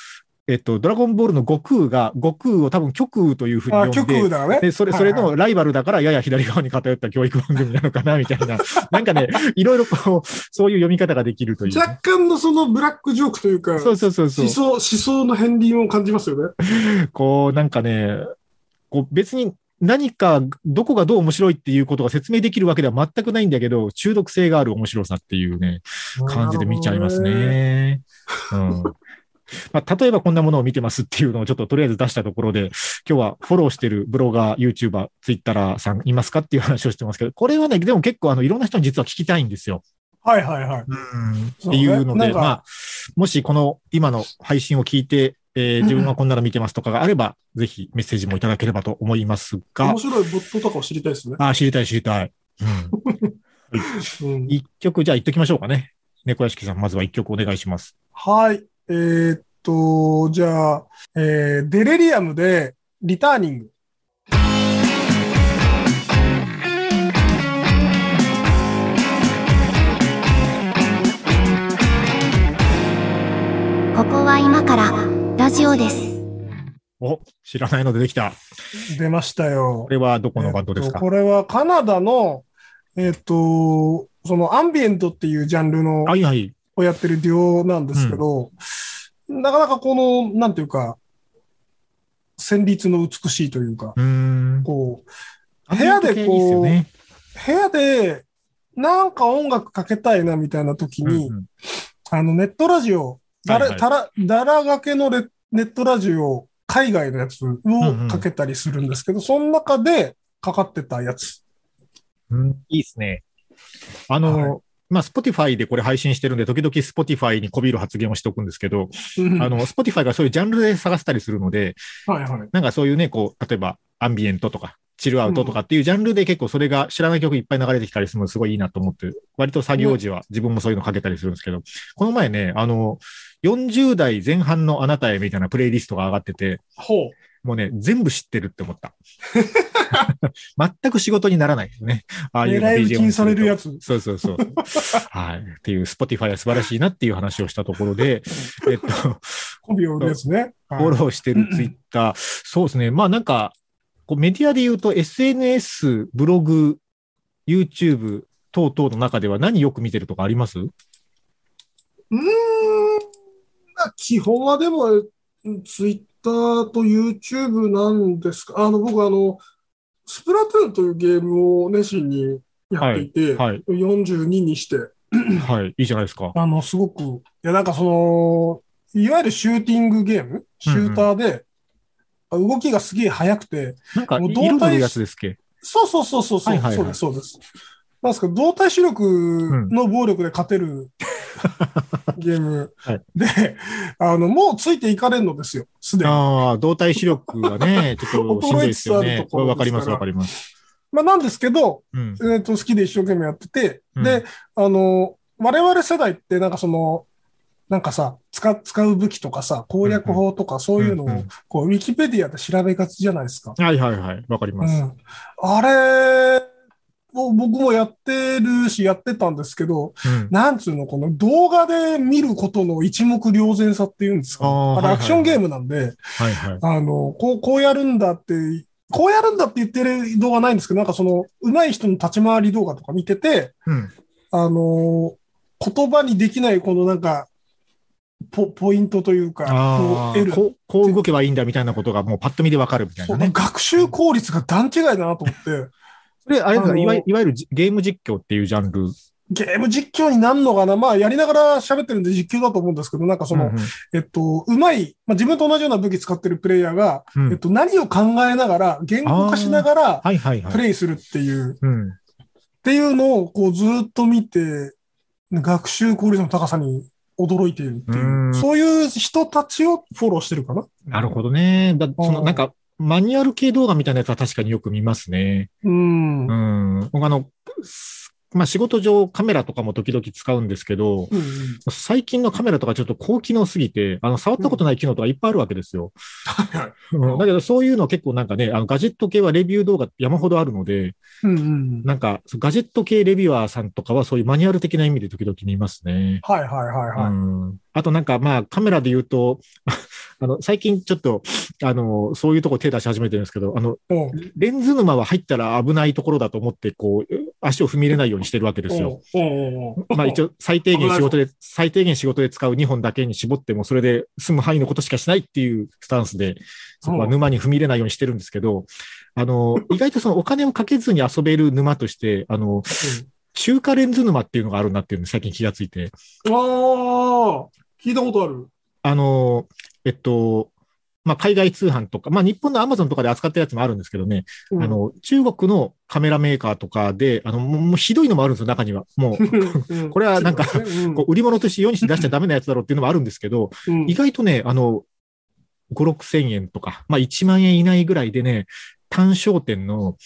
Speaker 2: えっと、ドラゴンボールの悟空が、悟空を多分極空というふうに
Speaker 3: あ
Speaker 2: 呼んで、
Speaker 3: 極右だからね。
Speaker 2: で、それ、それのライバルだから、やや左側に偏った教育番組なのかな、みたいな。なんかね、いろいろこう、そういう読み方ができるという。
Speaker 3: 若干のそのブラックジョークというか、
Speaker 2: そうそうそうそう
Speaker 3: 思。想、思想の片鱗を感じますよね。
Speaker 2: こう、なんかね、こう別に何か、どこがどう面白いっていうことが説明できるわけでは全くないんだけど、中毒性がある面白さっていうね、 [laughs] 感じで見ちゃいますね。うん。まあ、例えばこんなものを見てますっていうのをちょっととりあえず出したところで、今日はフォローしてるブロガー、YouTuber、Twitter さんいますかっていう話をしてますけど、これはね、でも結構あのいろんな人に実は聞きたいんですよ。
Speaker 3: はいはいはい。
Speaker 2: っていう
Speaker 3: そ
Speaker 2: の
Speaker 3: うねな
Speaker 2: で、
Speaker 3: んか
Speaker 2: まあ、もしこの今の配信を聞いて、えー自分はこんなの見てますとかがあれば、ぜひメッセージもいただければと思いますが
Speaker 3: 面、白いボットとかを知りたいですね。
Speaker 2: あー知りたい知りたい。うん
Speaker 3: うん
Speaker 2: 一曲、じゃあ言っときましょうかね。猫屋敷さん、まずは一曲お願いします。
Speaker 3: はい。えーっと、じゃあ、えーデレリアムで、リターニング。
Speaker 1: ここは今からラジオです。
Speaker 2: お、知らないのでできた。
Speaker 3: 出ましたよ。
Speaker 2: これはどこのバンドです
Speaker 3: えっと
Speaker 2: か、
Speaker 3: これはカナダの、えっと、そのアンビエントっていうジャンルの
Speaker 2: あ、いはい。
Speaker 3: をやってるデュオなんですけど、なかなかこの、なんていうか、旋律の美しいというか、
Speaker 2: うーん。
Speaker 3: こう、部屋でこう、
Speaker 2: いいです
Speaker 3: 部屋でなんか音楽かけたいなみたいな時
Speaker 2: よね
Speaker 3: に、あのネットラジオ、だ
Speaker 2: は
Speaker 3: ら、
Speaker 2: いはい
Speaker 3: たら、だらがけのレネットラジオ、海外のやつをかけたりするんですけど、その中でかかってたやつ。
Speaker 2: うんうんいいですね。あの、まあ、Spotify でこれ配信してるんで、時々 Spotify にこびる発言をしておくんですけど、
Speaker 3: うん
Speaker 2: あの、Spotify がそういうジャンルで探したりするので、
Speaker 3: はいはい。
Speaker 2: なんかそういうね、こう、例えば、アンビエントとか、チルアウトとかっていうジャンルで結構それが知らない曲いっぱい流れてきたりするのすごいいいなと思って、割と作業時は自分もそういうのかけたりするんですけど、この前ね、あの、40代前半のあなたへみたいなプレイリストが上がってて、
Speaker 3: ほう。
Speaker 2: もうね、全部知ってるって思
Speaker 3: [laughs]
Speaker 2: った。全く仕事にならないですね。ああい
Speaker 3: え
Speaker 2: うの
Speaker 3: らい受
Speaker 2: BGM
Speaker 3: 金されるやつ。
Speaker 2: そうそうそう。はい。っていう、Spotify は素晴らしいなっていう話をしたところ
Speaker 3: [laughs]
Speaker 2: で、えっと、
Speaker 3: コビを売るやつね。はい
Speaker 2: フォローしてるツイッター。そうですね。まあなんか、こうメディアで言うと SNS、ブログ、YouTube 等々の中では何よく見てるとかあります
Speaker 3: うーん。まあ基本はでも、ツイッターと YouTube なんですか。あの、僕あの、スプラトゥーンというゲームを熱心にやっていて、
Speaker 2: はい。
Speaker 3: 42にして、
Speaker 2: はい、いいじゃないですか。
Speaker 3: あの、すごく、いや、なんかその、いわゆるシューティングゲーム、シューターで、動きがすげえ速くて、
Speaker 2: なんか、
Speaker 3: もう
Speaker 2: 色
Speaker 3: 動体
Speaker 2: のやつですっけ
Speaker 3: そうそうそうそう、そう
Speaker 2: はいはいはい
Speaker 3: そうです、そうです。なんですか、動体視力の暴力で勝てる、ゲー
Speaker 2: [laughs]
Speaker 3: ム、
Speaker 2: はい
Speaker 3: で、あの、もうついていかれるのですよ、すでに。
Speaker 2: ああ、動体視力がね、
Speaker 3: [laughs]
Speaker 2: ちょっとしんどいですよね。これわかります、わかります。
Speaker 3: まあ、なんですけど、
Speaker 2: うん
Speaker 3: え。ーと、好きで一生懸命やってて、
Speaker 2: うん
Speaker 3: で、あの、我々世代って、なんかその、なんかさ、使使う武器とかさ、攻略法とかそういうのを、
Speaker 2: うんうん
Speaker 3: こう、ウィキペディアで調べがちじゃないですか。
Speaker 2: はいはいはい、わかり
Speaker 3: う
Speaker 2: ます。
Speaker 3: ん。あれを僕もやってるし、やってたんですけど、
Speaker 2: うん
Speaker 3: なんつうの、この動画で見ることの一目瞭然さっていうんですか。
Speaker 2: あー
Speaker 3: あれアクションゲームなんで、
Speaker 2: はいはい。
Speaker 3: あの、こう、こうやるんだって、こうやるんだって言ってる動画ないんですけど、なんかその、上手い人の立ち回り動画とか見てて、
Speaker 2: うん。
Speaker 3: あのー言葉にできないこのなんか、ポ、ポイントというか、
Speaker 2: あ
Speaker 3: こう
Speaker 2: あ、
Speaker 3: 得る。
Speaker 2: こう、こう動けばいいんだみたいなことがもうパッと見でわかるみたい
Speaker 3: そ
Speaker 2: な
Speaker 3: う
Speaker 2: ね。
Speaker 3: 学習効率が段違いだなと思って、
Speaker 2: それ、あれですか、
Speaker 3: あの
Speaker 2: いわゆいわゆるじゲーム実況っていうジャンル。
Speaker 3: ゲーム実況になんのかなまあ、やりながら喋ってるんで実況だと思うんですけど、なんかその、
Speaker 2: うん
Speaker 3: えっと、うまい、まあ、自分と同じような武器使ってるプレイヤーが、
Speaker 2: うん
Speaker 3: えっと、何を考えながら、言語化しながら、
Speaker 2: はいはいは
Speaker 3: プ
Speaker 2: い。
Speaker 3: レイするっていう、っ
Speaker 2: うん。
Speaker 3: ていうのを、こう、ずーっと見て、学習効率の高さに驚いているっていうう、
Speaker 2: ん
Speaker 3: そういう人たちをフォローしてるかな。
Speaker 2: なるほどね。だその
Speaker 3: うん
Speaker 2: なんか、マニュアル系動画みたいなやつは確かによく見ますね。
Speaker 3: うん。
Speaker 2: う
Speaker 3: うん
Speaker 2: ん。僕あの、すまあ仕事上カメラとかも時々使うんですけど、最近のカメラとかちょっと高機能すぎて、あの、触ったことない機能とかいっぱいあるわけですよ。
Speaker 3: はい
Speaker 2: うんだけどそういうの結構なんかね、あのガジェット系はレビュー動画山ほどあるので、
Speaker 3: うんうん。
Speaker 2: なんかそうガジェット系レビュアーさんとかはそういうマニュアル的な意味で時々見ますね。
Speaker 3: はいはいはいは
Speaker 2: う
Speaker 3: い。
Speaker 2: んあとなんかまあカメラで言うと、 [laughs] あの、最近ちょっと、あの、そういうとこ手出し始めてるんですけど、あの、
Speaker 3: おう
Speaker 2: レンズ沼は入ったら危ないところだと思って、こう、足を踏み入れないようにしてるわけですよ。
Speaker 3: おうおうおうおう
Speaker 2: まあ一応最低限仕事で、最低限仕事で使う2本だけに絞っても、それで済む範囲のことしかしないっていうスタンスで、そこは沼に踏み入れないようにしてるんですけど、あの、意外とそのお金をかけずに遊べる沼として、あの、中華レンズ沼っていうのがあるなっていうのに最近気がついて、
Speaker 3: うんああ、聞いたことある。
Speaker 2: あの、えっと、まあ、海外通販とか、まあ、日本のアマゾンとかで扱ってるやつもあるんですけどね、
Speaker 3: うん
Speaker 2: あ、の、中国のカメラメーカーとかで、あの、もうもうひどいのもあるんですよ、中には。もう、 [laughs] これはなんかこう売り物として世にして出しちゃダメなやつだろうっていうのもあるんですけど、
Speaker 3: うん、うん
Speaker 2: 意外とね、あの、5、6千円とか、まあ1万円以内ぐらいでね、単焦点の、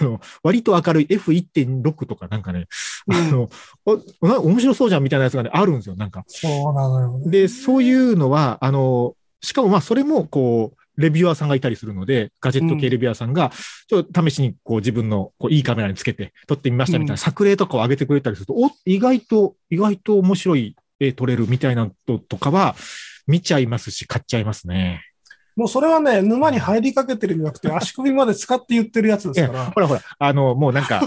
Speaker 2: あの、割と明るい F1.6 とかなんかね、あの、おな面白そうじゃんみたいなやつがね、あるんですよ、なんか。
Speaker 3: そうなのよね。
Speaker 2: で、そういうのは、あの、しかもまあそれもこう、レビュアーさんがいたりするので、ガジェット系レビュアーさんが、ちょっと試しにこう自分のこういいカメラにつけて撮ってみましたみたいな、
Speaker 3: うん
Speaker 2: 作例とかを上げてくれたりすると、お、意外と、意外と面白い絵撮れるみたいなのとかは、見ちゃいますし、買っちゃいますね。
Speaker 3: もうそれはね、沼に入りかけてるんじゃなくて、足首まで使って言ってるやつですから。
Speaker 2: ほらほら、あの、もうなん [laughs] か、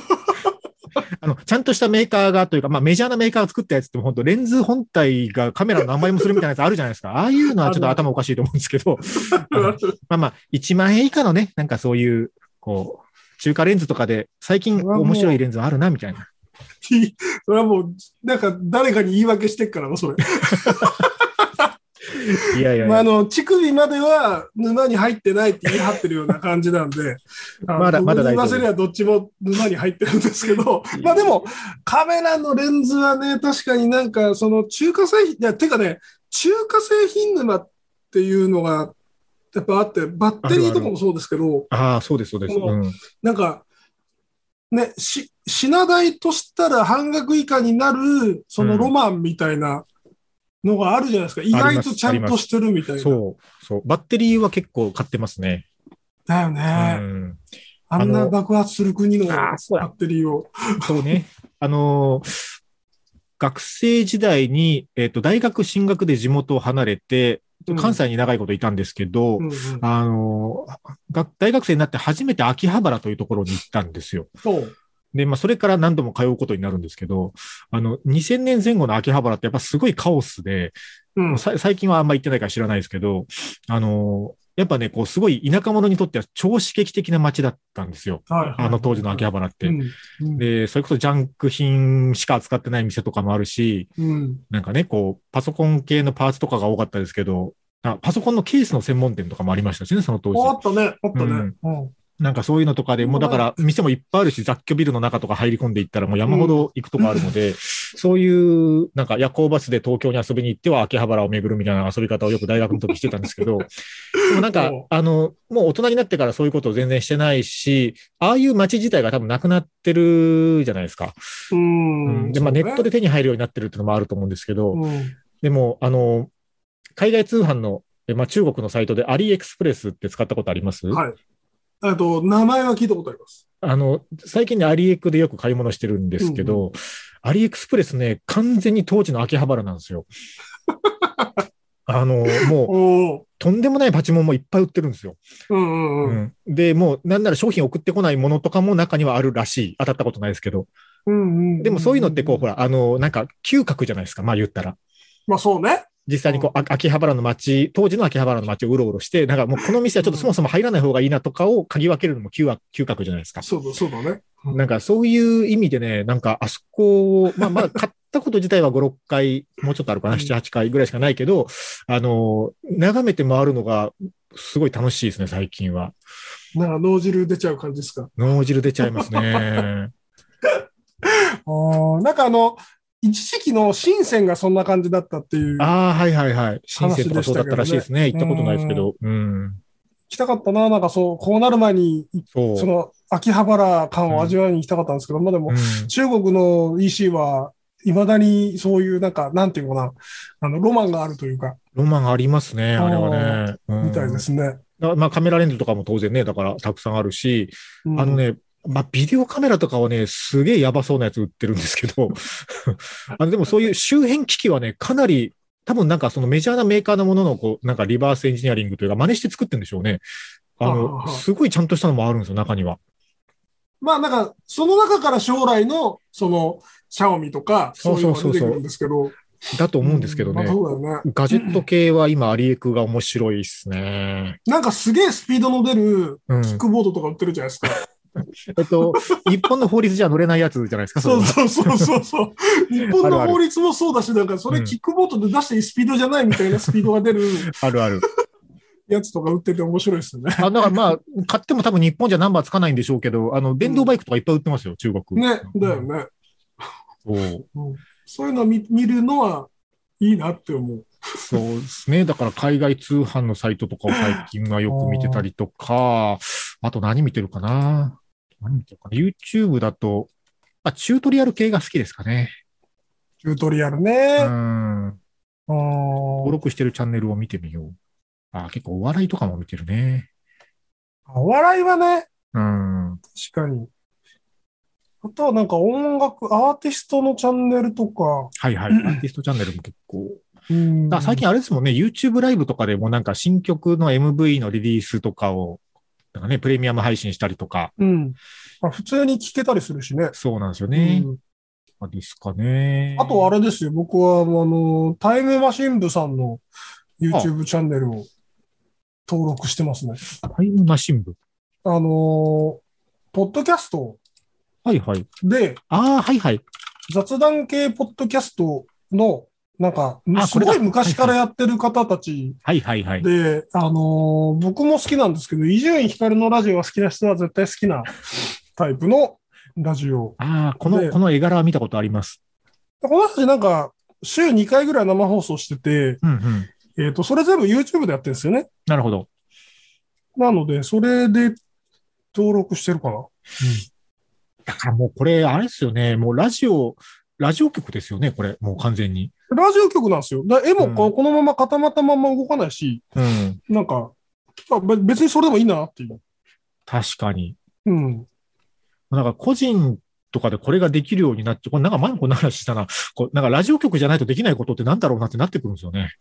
Speaker 2: あの、ちゃんとしたメーカーがというか、まあメジャーなメーカーが作ったやつって、本当レンズ本体がカメラの何倍もするみたいなやつあるじゃないですか。ああいうのはちょっと頭おかしいと思うんですけ [laughs] ど、まあまあ、1万円以下のね、なんかそういう、こう、中華レンズとかで、最近
Speaker 3: うわもう
Speaker 2: 面白いレンズあるな、みたいな。
Speaker 3: [laughs] それはもう、なんか誰かに言い訳してっからな、それ。
Speaker 2: いやいやい
Speaker 3: まあ、
Speaker 2: や。
Speaker 3: あの、乳首までは沼に入ってないって言い張ってるような感じな
Speaker 2: [laughs]
Speaker 3: んで、あの
Speaker 2: まだまだ
Speaker 3: 僕
Speaker 2: 大丈
Speaker 3: に言
Speaker 2: 夫
Speaker 3: わせりゃどっちも沼に入ってるんですけ
Speaker 2: [laughs]
Speaker 3: ど、 [laughs] まあでも、カメラのレンズはね、確かになんか、その中華製品、いや、てかね、中華製品沼っていうのが、やっぱあって、バッテリーとかもそうですけど、
Speaker 2: ああ、そうです、そうです。
Speaker 3: こ
Speaker 2: うん。
Speaker 3: なんか、ね、し、品代としたら半額以下になる、そのロマンみたいなのがあるじゃないですか。意
Speaker 2: ありま
Speaker 3: 外と
Speaker 2: す
Speaker 3: ちゃんとしてるみたいな。
Speaker 2: そう、そう。バッテリーは結構買ってますね。
Speaker 3: だよね。
Speaker 2: うん。
Speaker 3: あん
Speaker 2: あ
Speaker 3: な
Speaker 2: の
Speaker 3: 爆発する国のバ
Speaker 2: あーそうや
Speaker 3: ッテリーを。
Speaker 2: そうね。あのー学生時代に、えっ、と、大学進学で地元を離れて、関西に長いこといたんですけど、
Speaker 3: うんうんうん
Speaker 2: あのーが大学生になって初めて秋葉原というところに行ったんですよ。
Speaker 3: そう。
Speaker 2: で、まあ、それから何度も通うことになるんですけど、あの、2000年前後の秋葉原ってやっぱすごいカオスで、
Speaker 3: うん。
Speaker 2: さ最近はあんま行ってないから知らないですけど、あの、やっぱね、こう、すごい田舎者にとっては超刺激的な街だったんですよ。
Speaker 3: はいはい
Speaker 2: あの当時の秋葉原って。
Speaker 3: うんうん
Speaker 2: で、それこそジャンク品しか扱ってない店とかもあるし、
Speaker 3: うん
Speaker 2: なんかね、こう、パソコン系のパーツとかが多かったですけど、あパソコンのケースの専門店とかもありましたしね、その当
Speaker 3: あ
Speaker 2: 時。
Speaker 3: ったね、あったね。
Speaker 2: うん
Speaker 3: うん
Speaker 2: なんかそういうのとかでもうだから店もいっぱいあるし、雑居ビルの中とか入り込んでいったらもう山ほど行くとこあるので、そういうなんか夜行バスで東京に遊びに行っては秋葉原を巡るみたいな遊び方をよく大学の時してたんですけど、でもなんか
Speaker 3: おう
Speaker 2: あの、もう大人になってからそういうことを全然してないし、ああいう街自体が多分なくなってるじゃないですか。
Speaker 3: うん
Speaker 2: で、まあ
Speaker 3: そ
Speaker 2: ネ
Speaker 3: うね
Speaker 2: ットで手に入るようになってるっていうのもあると思うんですけど、
Speaker 3: うん
Speaker 2: でも、あの、海外通販の、えまあ、中国のサイトでアリエクスプレスって使ったことあります、
Speaker 3: はい。えっと、名前は聞いたことあります。
Speaker 2: あの、最近ね、アリエクでよく買い物してるんですけど、アリエクスプレスね、完全に当時の秋葉原なんですよ。 [laughs] あの、もう、
Speaker 3: おお。
Speaker 2: とんでもないパチモンもいっぱい売ってるんですよ。
Speaker 3: うんうんうん。
Speaker 2: うんで、もう、なんなら商品送ってこないものとかも中にはあるらしい。当たったことないですけど。
Speaker 3: うんうん
Speaker 2: でもそういうのって、こう、ほら、あの、なんか、嗅覚じゃないですか。まあ言ったら。
Speaker 3: まあそうね。
Speaker 2: 実際にこう、あ秋葉原の街、当時の秋葉原の街をうろうろして、なんかもうこの店はちょっとそもそも入らない方がいいなとかを嗅ぎ分けるのも嗅覚嗅覚じゃないですか。
Speaker 3: そうだ、そうだね。
Speaker 2: なんかそういう意味でね、なんかあそこを、まあまあ買ったこと自体は5、6回、もうちょっとあるかな、
Speaker 3: うん
Speaker 2: 7、8回ぐらいしかないけど、あの、眺めて回るのがすごい楽しいですね、最近は。
Speaker 3: なんか脳汁出ちゃう感じですか。
Speaker 2: 脳汁出ちゃい
Speaker 3: [laughs]
Speaker 2: ますね。
Speaker 3: ああ、なんかあの、一時期の深センがそんな感じだったっていう、
Speaker 2: ああ、はいはいはい。新鮮とかそうだったらしいですね。
Speaker 3: 話でしたけど
Speaker 2: 行ったこ
Speaker 3: ね
Speaker 2: とないですけど。うん。
Speaker 3: 行きたかったな、なんかそう、こうなる前に、
Speaker 2: そう。
Speaker 3: その秋葉原感を味わいに行きたかったんですけど、まあでも
Speaker 2: うん、
Speaker 3: 中国の EC は、いまだにそういう、なんか、なんていうのかな、あの、ロマンがあるというか、
Speaker 2: ロマンありますね、あれはね。うん
Speaker 3: みたいですね。
Speaker 2: だまあカメラレンズとかも当然ね、だからたくさんあるし、
Speaker 3: うん
Speaker 2: あのね、まあ、ビデオカメラとかはね、すげえやばそうなやつ売ってるんですけ
Speaker 3: [laughs]
Speaker 2: ど、あのでもそういう周辺機器はね、かなり、多分なんかそのメジャーなメーカーのもののこう、なんかリバースエンジニアリングというか、真似して作ってるんでしょうね。あ
Speaker 3: はあは
Speaker 2: の、
Speaker 3: あ
Speaker 2: すごいちゃんとしたのもあるんですよ、中には。
Speaker 3: まあなんか、その中から将来の、その、シャオミとか、
Speaker 2: そ
Speaker 3: そうういう
Speaker 2: そ
Speaker 3: の
Speaker 2: う
Speaker 3: が
Speaker 2: そうそう
Speaker 3: 出てくるんですけど。
Speaker 2: だと思うんですけどね。
Speaker 3: まあそうだよね。
Speaker 2: ガジェット系は今、アリエクが面白いですね。
Speaker 3: なんかすげえスピードの出る
Speaker 2: うん。
Speaker 3: キックボードとか売ってるじゃないですか。
Speaker 2: えっと、日本の法律じゃ乗れないやつじゃないですか、それ
Speaker 3: そ
Speaker 2: は
Speaker 3: うそうそうそう [laughs] そう。日本の法律もそうだし、なんかそれキックボードで出していいスピードじゃないみたいなスピードが出る
Speaker 2: あるある。
Speaker 3: やつとか売ってて面白いですよね。
Speaker 2: [laughs] あだからまあ、買っても多分日本じゃナンバーつかないんでしょうけど、あの、電動バイクとかいっぱい売ってますよ、中国。
Speaker 3: ね、だよね。
Speaker 2: そう。
Speaker 3: そういうの見見るのはいいなって思う。
Speaker 2: そうですね。だから海外通販のサイトとかを最近はよく見てたりとか、あと何見てるかな何見てるかな ?YouTube だと、あ、チュートリアル系が好きですかね。
Speaker 3: チュートリアル
Speaker 2: う
Speaker 3: ね。
Speaker 2: ん。
Speaker 3: うん
Speaker 2: 登録してるチャンネルを見てみよう。あ、結構お笑いとかも見てるね。
Speaker 3: お笑いはね、
Speaker 2: うん。
Speaker 3: 確かに。あとはなんか音楽、アーティストのチャンネルとか。
Speaker 2: はい
Speaker 3: [laughs]
Speaker 2: はい。アーティストチャンネルも結構。
Speaker 3: うん
Speaker 2: あ最近あれですもんね、YouTube ライブとかでもなんか新曲の MV のリリースとかを、なんかね、プレミアム配信したりとか。
Speaker 3: うん。まあ、普通に聞けたりするしね。
Speaker 2: そうなんですよね
Speaker 3: う。ん
Speaker 2: あですかね。
Speaker 3: あとあれですよ、僕は、あの、タイムマシン部さんの YouTube チャンネルを登録してますね。
Speaker 2: タイムマシン部。
Speaker 3: あの、ポッドキャスト
Speaker 2: はいはい。
Speaker 3: で、
Speaker 2: ああ、はいはい。
Speaker 3: 雑談系ポッドキャストの、なんか
Speaker 2: あ、
Speaker 3: す
Speaker 2: これだ
Speaker 3: ごい昔からやってる方たち
Speaker 2: はいはいはい。
Speaker 3: で、あの、僕も好きなんですけど、伊集院光のラジオが好きな人は絶対好きなタイプのラジオ。
Speaker 2: ああ、こ
Speaker 3: で
Speaker 2: の、この絵柄は見たことあります。
Speaker 3: この人たちなんか、週2回ぐらい生放送してて、
Speaker 2: うんうん。
Speaker 3: えっ、と、それ全部 YouTube でやってるんですよね。
Speaker 2: なるほど。
Speaker 3: なので、それで登録してるかな。
Speaker 2: だからもうこれ、あれですよね。もうラジオ、ラジオ局ですよね、これ。もう完全に。
Speaker 3: ラジオ局なんですよ。だ絵もこ,、
Speaker 2: う
Speaker 3: このまま固まったまま動かないし、
Speaker 2: うん。
Speaker 3: なんか、あべ別にそれでもいいなっていう。
Speaker 2: 確かに。
Speaker 3: うん。
Speaker 2: なんか個人とかでこれができるようになって、これなんか前もこの話したな。こうなんかラジオ局じゃないとできないことってなんだろうなってなってくるんですよね。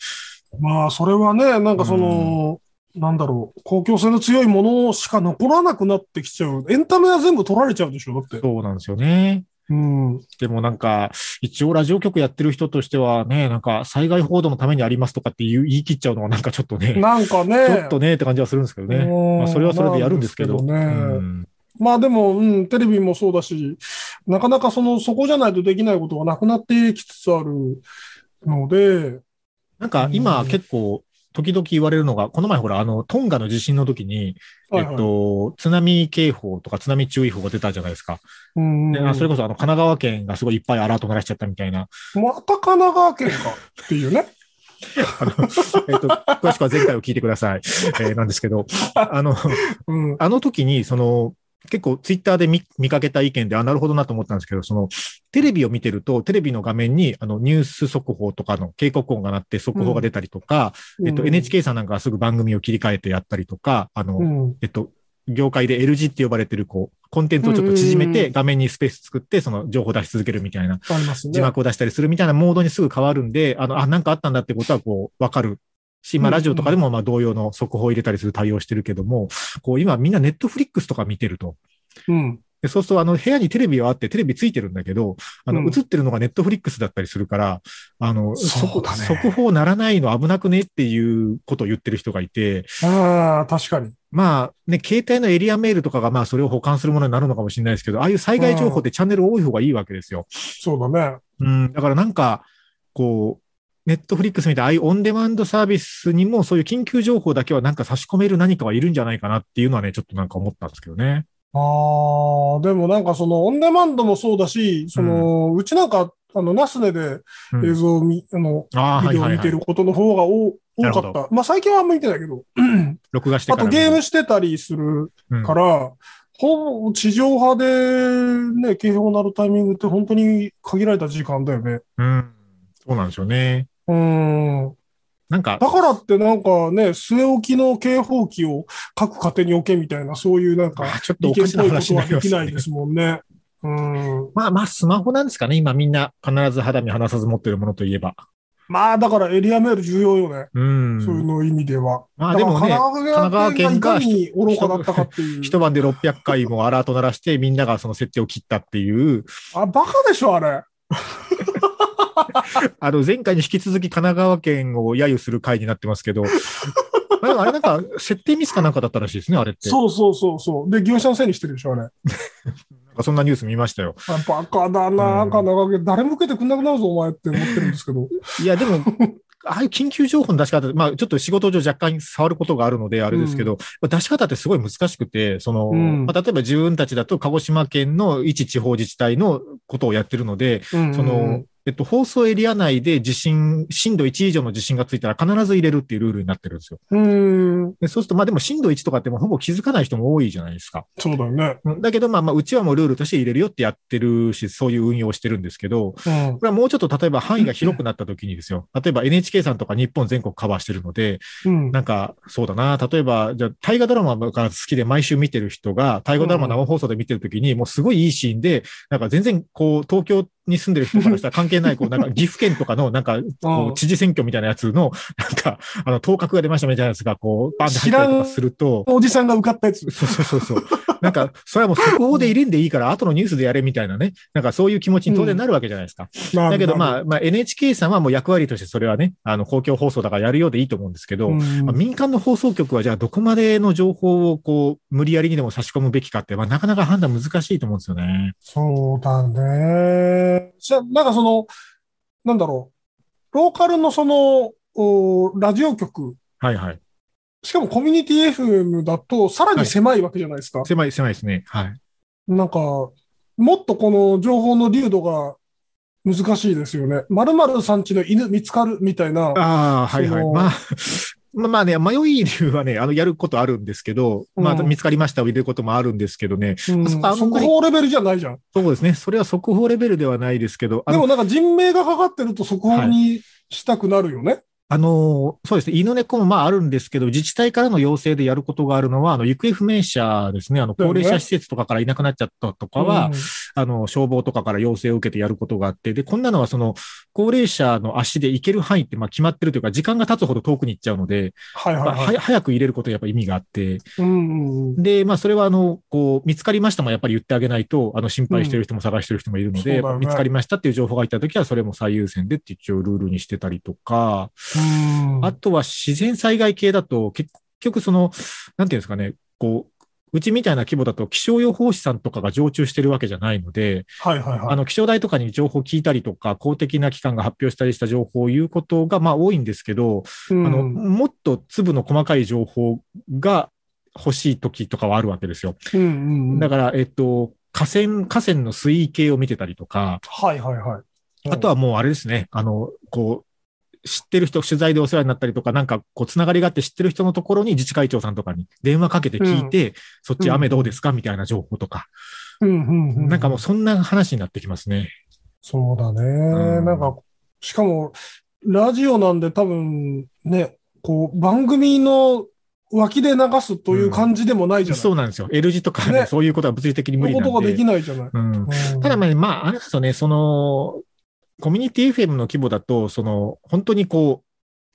Speaker 3: まあ、それはね、なんかその、なんだろう、公共性の強いものしか残らなくなってきちゃう。エンタメは全部取られちゃうでしょ、だって。
Speaker 2: そうなんですよね。
Speaker 3: うん。
Speaker 2: でもなんか、一応ラジオ局やってる人としてはね、なんか災害報道のためにありますとかって言う言い切っちゃうのはなんかちょっとね、
Speaker 3: なんかね。
Speaker 2: ちょっとねって感じはするんですけどね。
Speaker 3: うん
Speaker 2: まあ、それはそれでやるんですけど。
Speaker 3: な
Speaker 2: う
Speaker 3: んね
Speaker 2: ん
Speaker 3: まあでも、うん、テレビもそうだし、なかなかその、そこじゃないとできないことがなくなってきつつあるので、
Speaker 2: なんか今
Speaker 3: うん
Speaker 2: 結構、時々言われるのが、この前ほら、あの、トンガの地震の時に、
Speaker 3: はい
Speaker 2: え
Speaker 3: はい
Speaker 2: っと、津波警報とか津波注意報が出たじゃないですか。
Speaker 3: うん
Speaker 2: であそれこそ、あの、神奈川県がすごいいっぱいアラート鳴らしちゃったみた
Speaker 3: [laughs]
Speaker 2: いな。
Speaker 3: また神奈川県かっていうね。
Speaker 2: あの、えっと、詳しくは前回を聞いてください。えーなんですけど、あの、
Speaker 3: うん。
Speaker 2: あの時に、その、結構ツイッターで見見かけた意見で、あ、なるほどなと思ったんですけど、その、テレビを見てると、テレビの画面に、あの、ニュース速報とかの警告音が鳴って速報が出たりとか、 [laughs] えっと、
Speaker 3: うん
Speaker 2: NHK さんなんかはすぐ番組を切り替えてやったりとか、あの、
Speaker 3: うん。
Speaker 2: えっと、業界で L g って呼ばれてる、こう、コンテンツをちょっと縮め
Speaker 3: うんうん
Speaker 2: て、
Speaker 3: うん
Speaker 2: 画面にスペース作って、その情報を出し続けるみたいな、
Speaker 3: ありますね。
Speaker 2: 字幕を出したりするみたいなモードにすぐ変わるんで、あの、あ、なんかあったんだってことは、こう、わかる。し、まあ、
Speaker 3: うんう
Speaker 2: ラ
Speaker 3: ん
Speaker 2: ジオとかでも、まあ、同様の速報を入れたりする対応してるけども、こう、今、みんなネットフリックスとか見てると。
Speaker 3: うん。
Speaker 2: でそうすると、あの、部屋にテレビはあって、テレビついてるんだけど、あの、
Speaker 3: うん
Speaker 2: 映ってるのがネットフリックスだったりするから、あの、
Speaker 3: そうだね
Speaker 2: 速報ならないの危なくねっていうことを言ってる人がいて、
Speaker 3: ああ、確かに。
Speaker 2: まあね、携帯のエリアメールとかがまあそれを保管するものになるのかもしれないですけど、ああいう災害情報ってチャンネル多い方がいいわけですよ。
Speaker 3: そうだね。
Speaker 2: うん、だからなんか、こう、ネットフリックスみたいなああいうオンデマンドサービスにもそういう緊急情報だけはなんか差し込める何かはいるんじゃないかなっていうのはね、ちょっとなんか思ったんですけどね。
Speaker 3: ああ、でもなんかそのオンデマンドもそうだし、その、うちなんか、あの、ナスネで
Speaker 2: うん
Speaker 3: 映像を見、あの、
Speaker 2: ああ、はい
Speaker 3: ビデオを
Speaker 2: はい
Speaker 3: 見
Speaker 2: は
Speaker 3: て
Speaker 2: い
Speaker 3: る。ことの方が多
Speaker 2: なる
Speaker 3: 多
Speaker 2: ほ
Speaker 3: か
Speaker 2: ど
Speaker 3: った。まあ最近はあんま見てないけど、
Speaker 2: 録画して
Speaker 3: あ
Speaker 2: から
Speaker 3: と
Speaker 2: ね。
Speaker 3: ゲームしてたりする
Speaker 2: うん
Speaker 3: から、ほぼ地上波でね、警報鳴るタイミングって本当に限られた時間だよね。
Speaker 2: うん。そうなんですよね。
Speaker 3: うん。
Speaker 2: なんか、
Speaker 3: だからってなんかね、据え置きの警報器を各家庭に置けみたいな、そういうなん
Speaker 2: あ
Speaker 3: か、
Speaker 2: ちょっと
Speaker 3: 理
Speaker 2: おか
Speaker 3: 系っ
Speaker 2: し
Speaker 3: ぽ
Speaker 2: ない
Speaker 3: こと
Speaker 2: 話にな
Speaker 3: は
Speaker 2: りま
Speaker 3: でき
Speaker 2: す
Speaker 3: な
Speaker 2: ね
Speaker 3: いで。すもんね。うん。
Speaker 2: まあまあ、スマホなんですかね。今みんな必ず肌身離さず持ってるものといえば。
Speaker 3: まあだからエリアメール重要よね。
Speaker 2: うん。
Speaker 3: そういうの意味では。
Speaker 2: まあでもね
Speaker 3: だから神奈川県がいかに
Speaker 2: 神奈
Speaker 3: 愚
Speaker 2: 川県
Speaker 3: かだ
Speaker 2: が
Speaker 3: ったかっていう。
Speaker 2: 一晩で600回もアラート鳴らして、みんながその設定を切ったっていう、
Speaker 3: あ、バカでしょ、あれ。
Speaker 2: あの、前回に引き続き神奈川県を揶揄する回になってますけ
Speaker 3: [laughs]
Speaker 2: ど、まああれなんか、設定ミスかなんかだったらしいですね、あれって。
Speaker 3: そうそうそうそう。で、業者のせいにしてるでしょ、あれ。
Speaker 2: なんかそんなニュース見ましたよ。
Speaker 3: あバカだな、
Speaker 2: うん
Speaker 3: 神奈川県。誰も受けてくんなくなるぞ、お前って思ってるんですけど。
Speaker 2: いや、でも、ああいう緊急情報の出し方、まあ、ちょっと仕事上若干触ることがあるので、あれですけど、まあ出し方ってすごい難しくて、その、
Speaker 3: うん
Speaker 2: まあ、例えば自分たちだと鹿児島県の一地方自治体のことをやってるので、
Speaker 3: そ
Speaker 2: その、、えっと、放送エリア内で地震、震度1以上の地震がついたら必ず入れるっていうルールになってるんですよ。
Speaker 3: うん、
Speaker 2: でそうすると、まあでも震度1とかってもうほぼ気づかない人も多いじゃないですか。
Speaker 3: そうだよね。
Speaker 2: うんだけど、まあまあ、うちはもうルールとして入れるよってやってるし、そういう運用をしてるんですけど、
Speaker 3: うん
Speaker 2: これはもうちょっと例えば範囲が広くなった時にですよ。例えば NHK さんとか日本全国カバーしてるので、
Speaker 3: うん。
Speaker 2: なんか、そうだな。例えば、じゃあ大河ドラマが好きで毎週見てる人が、大河ドラマ生放送で見てるときに、もうすごいいいシーンで、なんか全然、こう、東京に住んでる人からしたら関係ない、こう、なんか岐阜県とかの、なんか、こ
Speaker 3: う
Speaker 2: うん知事選挙みたいなやつの、なんか、あの、当確が出ましたみたいなやつが、こう、バンって入ったりとかすると、
Speaker 3: おじさんが受かったやつ。
Speaker 2: そうそうそうそう。なんか、それはもう速報で入れんでいいから、後のニュースでやれみたいなね。なんかそういう気持ちに当然なるわけじゃないですか。だけど、
Speaker 3: あ、
Speaker 2: まあ、まあ、NHK さんはもう役割としてそれはね、あの、公共放送だからやるようでいいと思うんですけど、
Speaker 3: うん
Speaker 2: まあ民間の放送局はじゃあどこまでの情報をこう、無理やりにでも差し込むべきかって、まあ、なかなか判断難しいと思うんですよね。
Speaker 3: そうだね。じゃあ、なんかその、なんだろう。ローカルのその、おラジオ局、
Speaker 2: はいはい。
Speaker 3: しかもコミュニティ FM だと、さらに狭いわけじゃないですか。
Speaker 2: 狭い、狭いですね。はい。
Speaker 3: なんか、もっとこの情報の流度が難しいですよね。まるさんちの犬見つかるみたいな。
Speaker 2: ああ、はいはい。
Speaker 3: その
Speaker 2: まあ、まあ [laughs] まあね、迷い理由はね、あの、やることあるんですけど、まあ、
Speaker 3: うん
Speaker 2: 見つかりましたを入れることもあるんですけどね、
Speaker 3: うん
Speaker 2: そっかあん
Speaker 3: 速
Speaker 2: まり
Speaker 3: 報レベルじゃないじゃん。
Speaker 2: そうですね。それは速報レベルではないですけど、あ
Speaker 3: で
Speaker 2: の
Speaker 3: もなんか人命がかかってると速報にしたくなるよね。
Speaker 2: あのーそうですね、犬猫もまああるんですけど、自治体からの要請でやることがあるのは、あの行方不明者ですね、あの高齢
Speaker 3: そう
Speaker 2: 者
Speaker 3: ね
Speaker 2: 施設とかからいなくなっちゃったとかは、あの消防とかから要請を受けてやることがあって、でこんなのはその高齢者の足で行ける範囲ってまあ決まってるというか、時間が経つほど遠くに行っちゃうので、
Speaker 3: はいはい
Speaker 2: まあ
Speaker 3: はい。
Speaker 2: は早く入れることはやっぱ意味があって、
Speaker 3: うんうんうん
Speaker 2: で、まあ、それは、あの、こう、見つかりましたもやっぱり言ってあげないと、あの、心配してる人も探してる人もいるの
Speaker 3: そうだ
Speaker 2: で、
Speaker 3: よね
Speaker 2: 見つかりましたっていう情報が入ったときは、それも最優先でって一応ルールにしてたりとか、
Speaker 3: うん
Speaker 2: あとは自然災害系だと、結局、その、なんていうんですかね、こう、うちみたいな規模だと気象予報士さんとかが常駐してるわけじゃないので、
Speaker 3: はいはいはい。
Speaker 2: あの気象台とかに情報を聞いたりとか、公的な機関が発表したりした情報を言うことがまあ多いんですけど、
Speaker 3: うん
Speaker 2: あのもっと粒の細かい情報が欲しい時とかはあるわけですよ。
Speaker 3: うんうんうん
Speaker 2: だから、えっと、河川、河川の水位計を見てたりとか、
Speaker 3: はいはいはい。
Speaker 2: あとはもうあれですね、あの、こう、知ってる人、取材でお世話になったりとか、なんかこう、つながりがあって知ってる人のところに自治会長さんとかに電話かけて聞いて、そっち雨どうですかみたいな情報とか、
Speaker 3: うん、うんうんうん、
Speaker 2: なんかもうそんな話になってきますね。
Speaker 3: そうだね。
Speaker 2: ん
Speaker 3: なんか、しかも、ラジオなんで多分、ね、こう、番組の脇で流すという感じでもないじゃない。
Speaker 2: そうなんですよ。L 字とかね、
Speaker 3: ね
Speaker 2: そういうことは物理的に無理なん
Speaker 3: そういうことができないじゃない。
Speaker 2: うん、
Speaker 3: うん
Speaker 2: ただね、まあ、あれですよね、その、コミュニティ FM の規模だと、その、本当にこ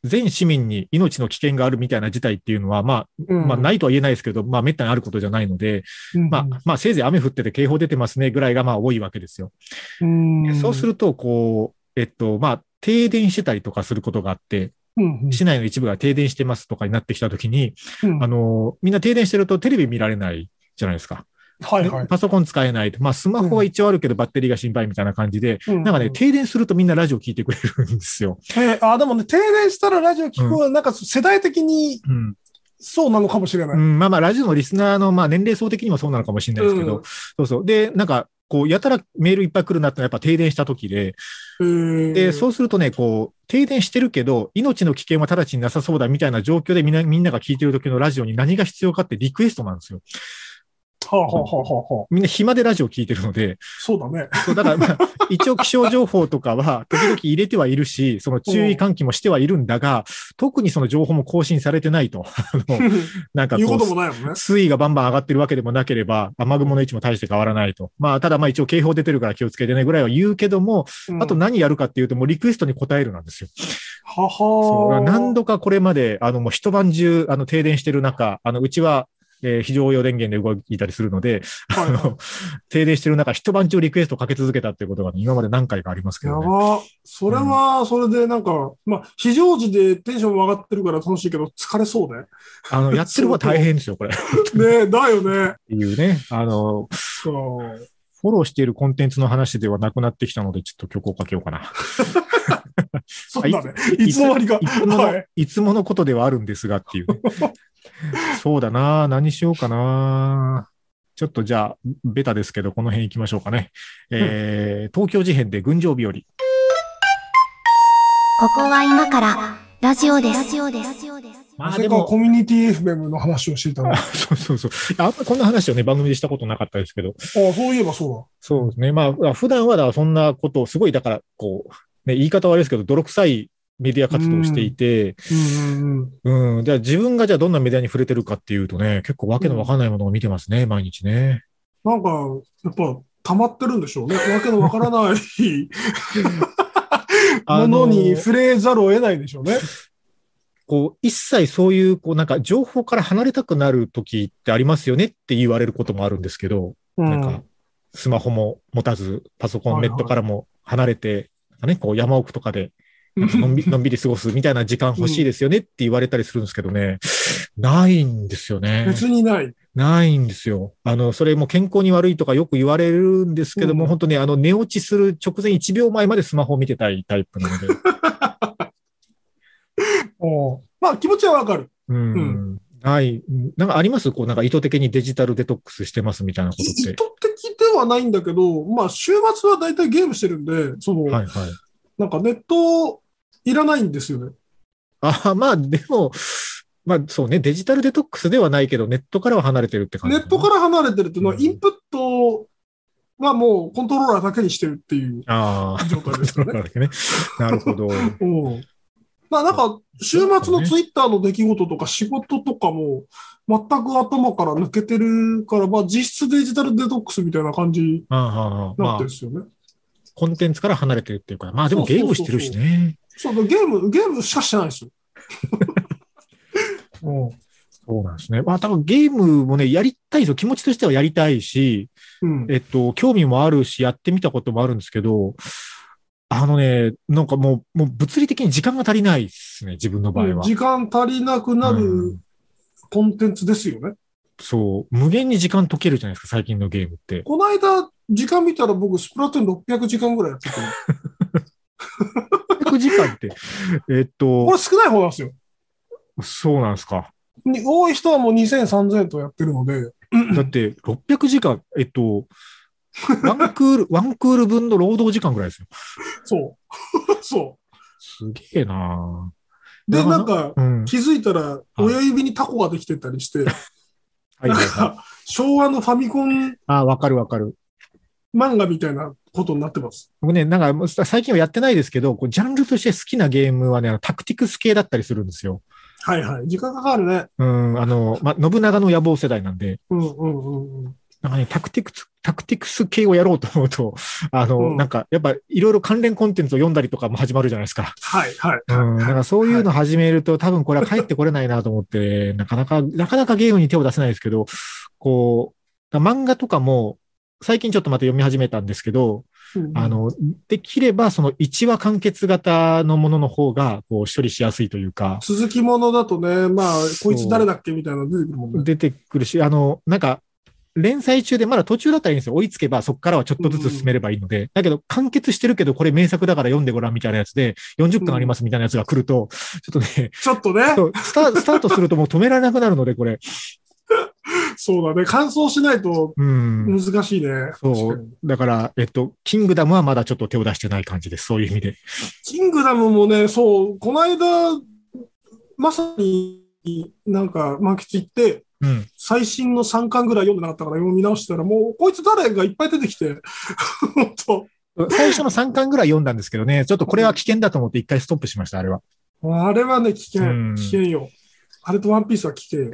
Speaker 2: う、全市民に命の危険があるみたいな事態っていうのは、まあ、まあ、ないとは言えないですけど、まあ、滅多にあることじゃないので、
Speaker 3: うん、
Speaker 2: まあ、まあ、せいぜい雨降ってて警報出てますねぐらいが、まあ、多いわけですよ。
Speaker 3: うん、
Speaker 2: そうす
Speaker 3: る、
Speaker 2: ると、こう、えっと、まあ、停電してたりとかすることがあって、
Speaker 3: うんうん
Speaker 2: 市内の一部が停電してますとかになってきたときに、
Speaker 3: うん
Speaker 2: あの、みんな停電してるとテレビ見られないじゃないですか。
Speaker 3: はいはい
Speaker 2: で。パソコン使えないと。まあ、スマホは一応あるけど、バッテリーが心配みたいな感じで、
Speaker 3: な
Speaker 2: なんかね、停電するとみんなラジオ聞いてくれるんですよ。
Speaker 3: えーあ、でもね、停電したらラジオ聞くは、なんか世代的に
Speaker 2: うん。
Speaker 3: そうなのかもしれない。
Speaker 2: うんまあまあ、ラジオのリスナーの、まあ、年齢層的にもそうなのかもしれないですけど、
Speaker 3: うん、
Speaker 2: そうそう。で、なんか、こう、やたらメールいっぱい来るなってのはやっぱ停電した時で、で、そううするとね、こう、停電してるけど、命の危険は直ちになさそうだみたいな状況でみんな、みんなが聞いてる時のラジオに何が必要かってリクエストなんですよ。
Speaker 3: はあ、はあはあはあはあ、
Speaker 2: みんな暇でラジオ聞いてるので、
Speaker 3: そうだね。
Speaker 2: そう、だから、
Speaker 3: [laughs]
Speaker 2: まあ、一応気象情報とかは、時々入れてはいるし、その注意喚起もしてはいるんだが、特にその情報も更新されてないと。あのなんか
Speaker 3: [laughs] 言う
Speaker 2: こ
Speaker 3: ことも
Speaker 2: う、
Speaker 3: ないもんね。
Speaker 2: 水位がバンバン上がってるわけでもなければ、雨雲の位置も大して変わらないと。まあ、ただまあ一応警報出てるから気をつけてねぐらいは言うけども、
Speaker 3: うん
Speaker 2: あと、何やるかっていうと、もうリクエストに応えるなんですよ。
Speaker 3: はは
Speaker 2: そうだから何
Speaker 3: 度
Speaker 2: 度かこれまで、あの、もう一晩中、あの、停電してる中、あの、うちは、えー非常用電源で動いたりするので、あ [laughs] の、停電してる中、一晩中リクエストかけ続けたっていうことが、ね、今まで何回かありますけ
Speaker 3: や
Speaker 2: ど、ね。
Speaker 3: ば。それは、それでなんか、まあ、非常時でテンション上がってるから楽しいけど、疲れそうね。
Speaker 2: あの、やってる方は大変ですよ、これ。っ
Speaker 3: ねだよね。
Speaker 2: ていうね、あの、
Speaker 3: そう。
Speaker 2: フォローしているコンテンツの話ではなくなってきたので、ちょっと曲をかけようかな。
Speaker 3: そうだね。いつの間にか。
Speaker 2: いつもの、
Speaker 3: はい
Speaker 2: い、つものことではあるんですがっていう、ね。そうだな何しようかなちょっとじゃあ、ベタですけど、この辺行きましょうかね。えー東京事変で群青日和。
Speaker 1: ここは今からラジオです。ラジオです。
Speaker 2: ま
Speaker 3: な
Speaker 2: あ
Speaker 3: ぜ
Speaker 2: で
Speaker 3: か
Speaker 2: も、
Speaker 3: コミュニティ FM の話をしていた
Speaker 2: [laughs]
Speaker 3: の。あ
Speaker 2: そうそうそう。あんまりこんな話をね、番組でしたことなかったですけど。
Speaker 3: そういえばそ
Speaker 2: そうですね。まあ、普段はだからそんなことを、すごい、だから、こう、ね、言い方はあれですけど、泥臭いメディア活動をしていて、
Speaker 3: うだ。うんうんうん。
Speaker 2: うん、じゃあ自分がじゃあどんなメディアに触れてるかっていうとね、結構わけのわかんないものを見てますね、毎日ね。
Speaker 3: なんか、やっぱ、溜まってるんでしょうね。わけのわからない
Speaker 2: [laughs]
Speaker 3: ものに触れざるを得ないでしょうね。
Speaker 2: こう、一切そういう、こう、なんか情報から離れたくなる時ってありますよねって言われることもあるんですけど、なんか、スマホも持たず、パソコン、
Speaker 3: はい
Speaker 2: ネ
Speaker 3: はい
Speaker 2: ットからも離れて、ね、こう山奥とか
Speaker 3: [laughs]
Speaker 2: で
Speaker 3: うん
Speaker 2: のんびのんびり過ごすみたいな時間欲しいですよねって言われたりするんですけどね、ないんですよね。
Speaker 3: 別にない。
Speaker 2: ないんですよ。あの、それも健康に悪いとかよく言われるんですけども、
Speaker 3: うん
Speaker 2: 本当ね、あの、寝落ちする直前1秒前までスマホを見てたいタイプなので。
Speaker 3: おうまあ、気持ちはわかる。
Speaker 2: うん。
Speaker 3: う
Speaker 2: ない。なんかありますこう、なんか意図的にデジタルデトックスしてますみたいなこと
Speaker 3: 意
Speaker 2: って
Speaker 3: 図的。ではないんだけど、まあ、週末は大体ゲームしてるんで、その、
Speaker 2: はいはい。
Speaker 3: なんかネットいらないんですよね。
Speaker 2: あまあ、でも、まあそうね、デジタルデトックスではないけど、ネットからは離れてるって感じ、
Speaker 3: ネットから離れてるっていうのは、
Speaker 2: うん
Speaker 3: インプットはもうコントロ
Speaker 2: [laughs]
Speaker 3: ーラーだけにしてるっていう
Speaker 2: ああ。
Speaker 3: 状態ですよね。
Speaker 2: なるほど。
Speaker 3: おうまあなんか、週末のツイッターの出来事とか仕事とかも、全く頭から抜けてるから、まあ実質デジタルデトックスみたいな感じ
Speaker 2: うんうんうん
Speaker 3: な
Speaker 2: ま
Speaker 3: ん
Speaker 2: あ
Speaker 3: で、すよね。
Speaker 2: コンテンツから離れてるっていうか、まあでもゲームしてるしね。
Speaker 3: そうだ、ゲーム、ゲームしかしてないですよ。う
Speaker 2: [laughs] そうなんですね。まあ多分ゲームもね、やりたいですよ。気持ちとしてはやりたいし、
Speaker 3: ん。
Speaker 2: えっと、興味もあるし、やってみたこともあるんですけど、あのね、なんかもう、もう物理的に時間が足りないですね、自分の場合は。
Speaker 3: 時間足りなくな
Speaker 2: う
Speaker 3: る
Speaker 2: ん
Speaker 3: コンテンツですよね。
Speaker 2: そう、無限に時間解けるじゃないですか、最近のゲームって。
Speaker 3: この間、時間見たら僕、スプラトゥーン600時間ぐらいやってて、
Speaker 2: 100時間って、えっ、
Speaker 3: ことれ少ない方なんですよ。
Speaker 2: そうなんですか。
Speaker 3: に多い人はもう2000、3000とやってるので、
Speaker 2: だって、600時間、えっと、ワンクール、 [laughs] ワンクール分の労働時間ぐらいですよ。
Speaker 3: そう。 [laughs] そ
Speaker 2: すげえな
Speaker 3: う。で、
Speaker 2: なるほ
Speaker 3: な
Speaker 2: ど
Speaker 3: んか、
Speaker 2: うん。
Speaker 3: 気づいたら、親指にタコができてたりして、
Speaker 2: [laughs] はい
Speaker 3: なん
Speaker 2: はいは
Speaker 3: [laughs]
Speaker 2: い。
Speaker 3: か、昭和のファミコン
Speaker 2: あ、わかるわかる。
Speaker 3: 漫画みたいなことになってます。
Speaker 2: 僕ね、なんかもう、最近はやってないですけど、こうジャンルとして好きなゲームはね、あのタクティクス系だったりするんですよ。
Speaker 3: はいはい。時間かかるね。
Speaker 2: うん、あの、ま、信長の野望世代なんで、
Speaker 3: うんうんうんうん。
Speaker 2: なんかね、タクティクス、タクティクス系をやろうと思うと、あの、
Speaker 3: うん
Speaker 2: なんか、やっぱ、いろいろ関連コンテンツを読んだりとかも始まるじゃないですか。
Speaker 3: はいはい。
Speaker 2: うん、なんかそういうの始めると、多分これは帰ってこれないなと思って、 [laughs] なかなか、なかなかゲームに手を出せないですけど、こう、漫画とかも、最近ちょっとまた読み始めたんですけど、
Speaker 3: うん
Speaker 2: あ、の、できればその1話完結型のものの方が、こう、処理しやすいというか、
Speaker 3: 続きものだとね、まあ、
Speaker 2: そ
Speaker 3: こ
Speaker 2: う
Speaker 3: いつ誰だっけみたいなの出てくるもんね。
Speaker 2: 出てくるし、あの、なんか、連載中でまだ途中だったらいいんですよ。追いつけばそこからはちょっとずつ進めればいいので。だけど完結してるけどこれ名作だから読んでごらんみたいなやつで40巻ありますみたいなやつが来ると、ちょっとね、
Speaker 3: ちょっとね、
Speaker 2: そうスタ [laughs] スタートするともう止められなくなるのでこれ。
Speaker 3: そうだね。乾燥しないと
Speaker 2: うん。
Speaker 3: 難しいね。
Speaker 2: そ
Speaker 3: 確か
Speaker 2: う
Speaker 3: に。
Speaker 2: だから、えっと、キングダムはまだちょっと手を出してない感じです。そういう意味で。
Speaker 3: キングダムもね、そう、この間、まさになんか満喫行って、
Speaker 2: うん。
Speaker 3: 最新の3巻ぐらい読んでなかったから読み直したら、もうこいつ誰がいっぱい出てきて、 [laughs] 本当
Speaker 2: 最初の3巻ぐらい読んだんですけどね、ちょっとこれは危険だと思って一回ストップしました、あれは。
Speaker 3: あれはね、危険
Speaker 2: う、ん
Speaker 3: 危険よ。あれとワンピースは危険よ。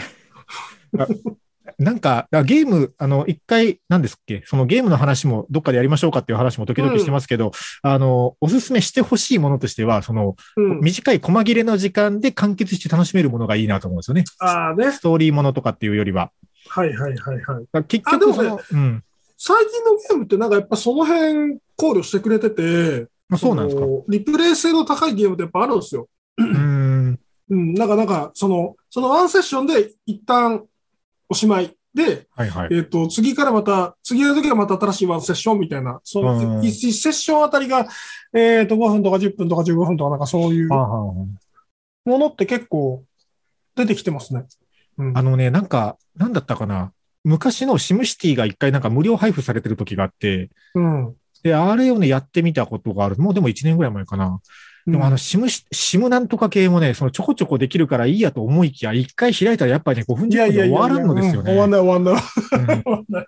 Speaker 2: なんか、あゲーム、あの、一回、なんですっけ、そのゲームの話もどっかでやりましょうかっていう話も時々してますけど、あの、おすすめしてほしいものとしては、その、
Speaker 3: うん、
Speaker 2: 短い細切れの時間で完結して楽しめるものがいいなと思うんですよね。
Speaker 3: ああね、
Speaker 2: ストーリーものとかっていうよりは。
Speaker 3: はいはいはいはい。
Speaker 2: だから結
Speaker 3: あでも
Speaker 2: 局
Speaker 3: ね
Speaker 2: その、うん。
Speaker 3: 最近のゲームってなんかやっぱその辺考慮してくれてて、
Speaker 2: まあ、そうなんですか。
Speaker 3: そうのリプレイ性の高いゲームってやっぱあるんですよ。
Speaker 2: ーん。
Speaker 3: うん、なんかなんか、その、そのワンセッションで一旦おしまい。で、
Speaker 2: はいはい。
Speaker 3: えっ、と、次からまた、次の時はまた新しいワンセッションみたいな、その
Speaker 2: うん
Speaker 3: 1セッションあたりが、えっ、と、5分とか10分とか15分とかなんかそういう
Speaker 2: あ
Speaker 3: も
Speaker 2: はん
Speaker 3: のって結構出てきてますね。うん
Speaker 2: あのね、なんか、なんだったかな。昔のシムシティが一回なんか無料配布されてる時があって、
Speaker 3: うん。
Speaker 2: で、あれをね、やってみたことがある。もうでも1年ぐらい前かな。でもあの、シムし、シムなんとか系もね、そのちょこちょこできるからいいやと思いきや、一回開いたらやっぱりね、5分
Speaker 3: い
Speaker 2: 10
Speaker 3: や
Speaker 2: 分
Speaker 3: い
Speaker 2: で
Speaker 3: やい
Speaker 2: 終
Speaker 3: やいや
Speaker 2: わらんのですよ
Speaker 3: うん終わん
Speaker 2: ね。
Speaker 3: ない終わんない。
Speaker 2: うん
Speaker 3: 終わんない。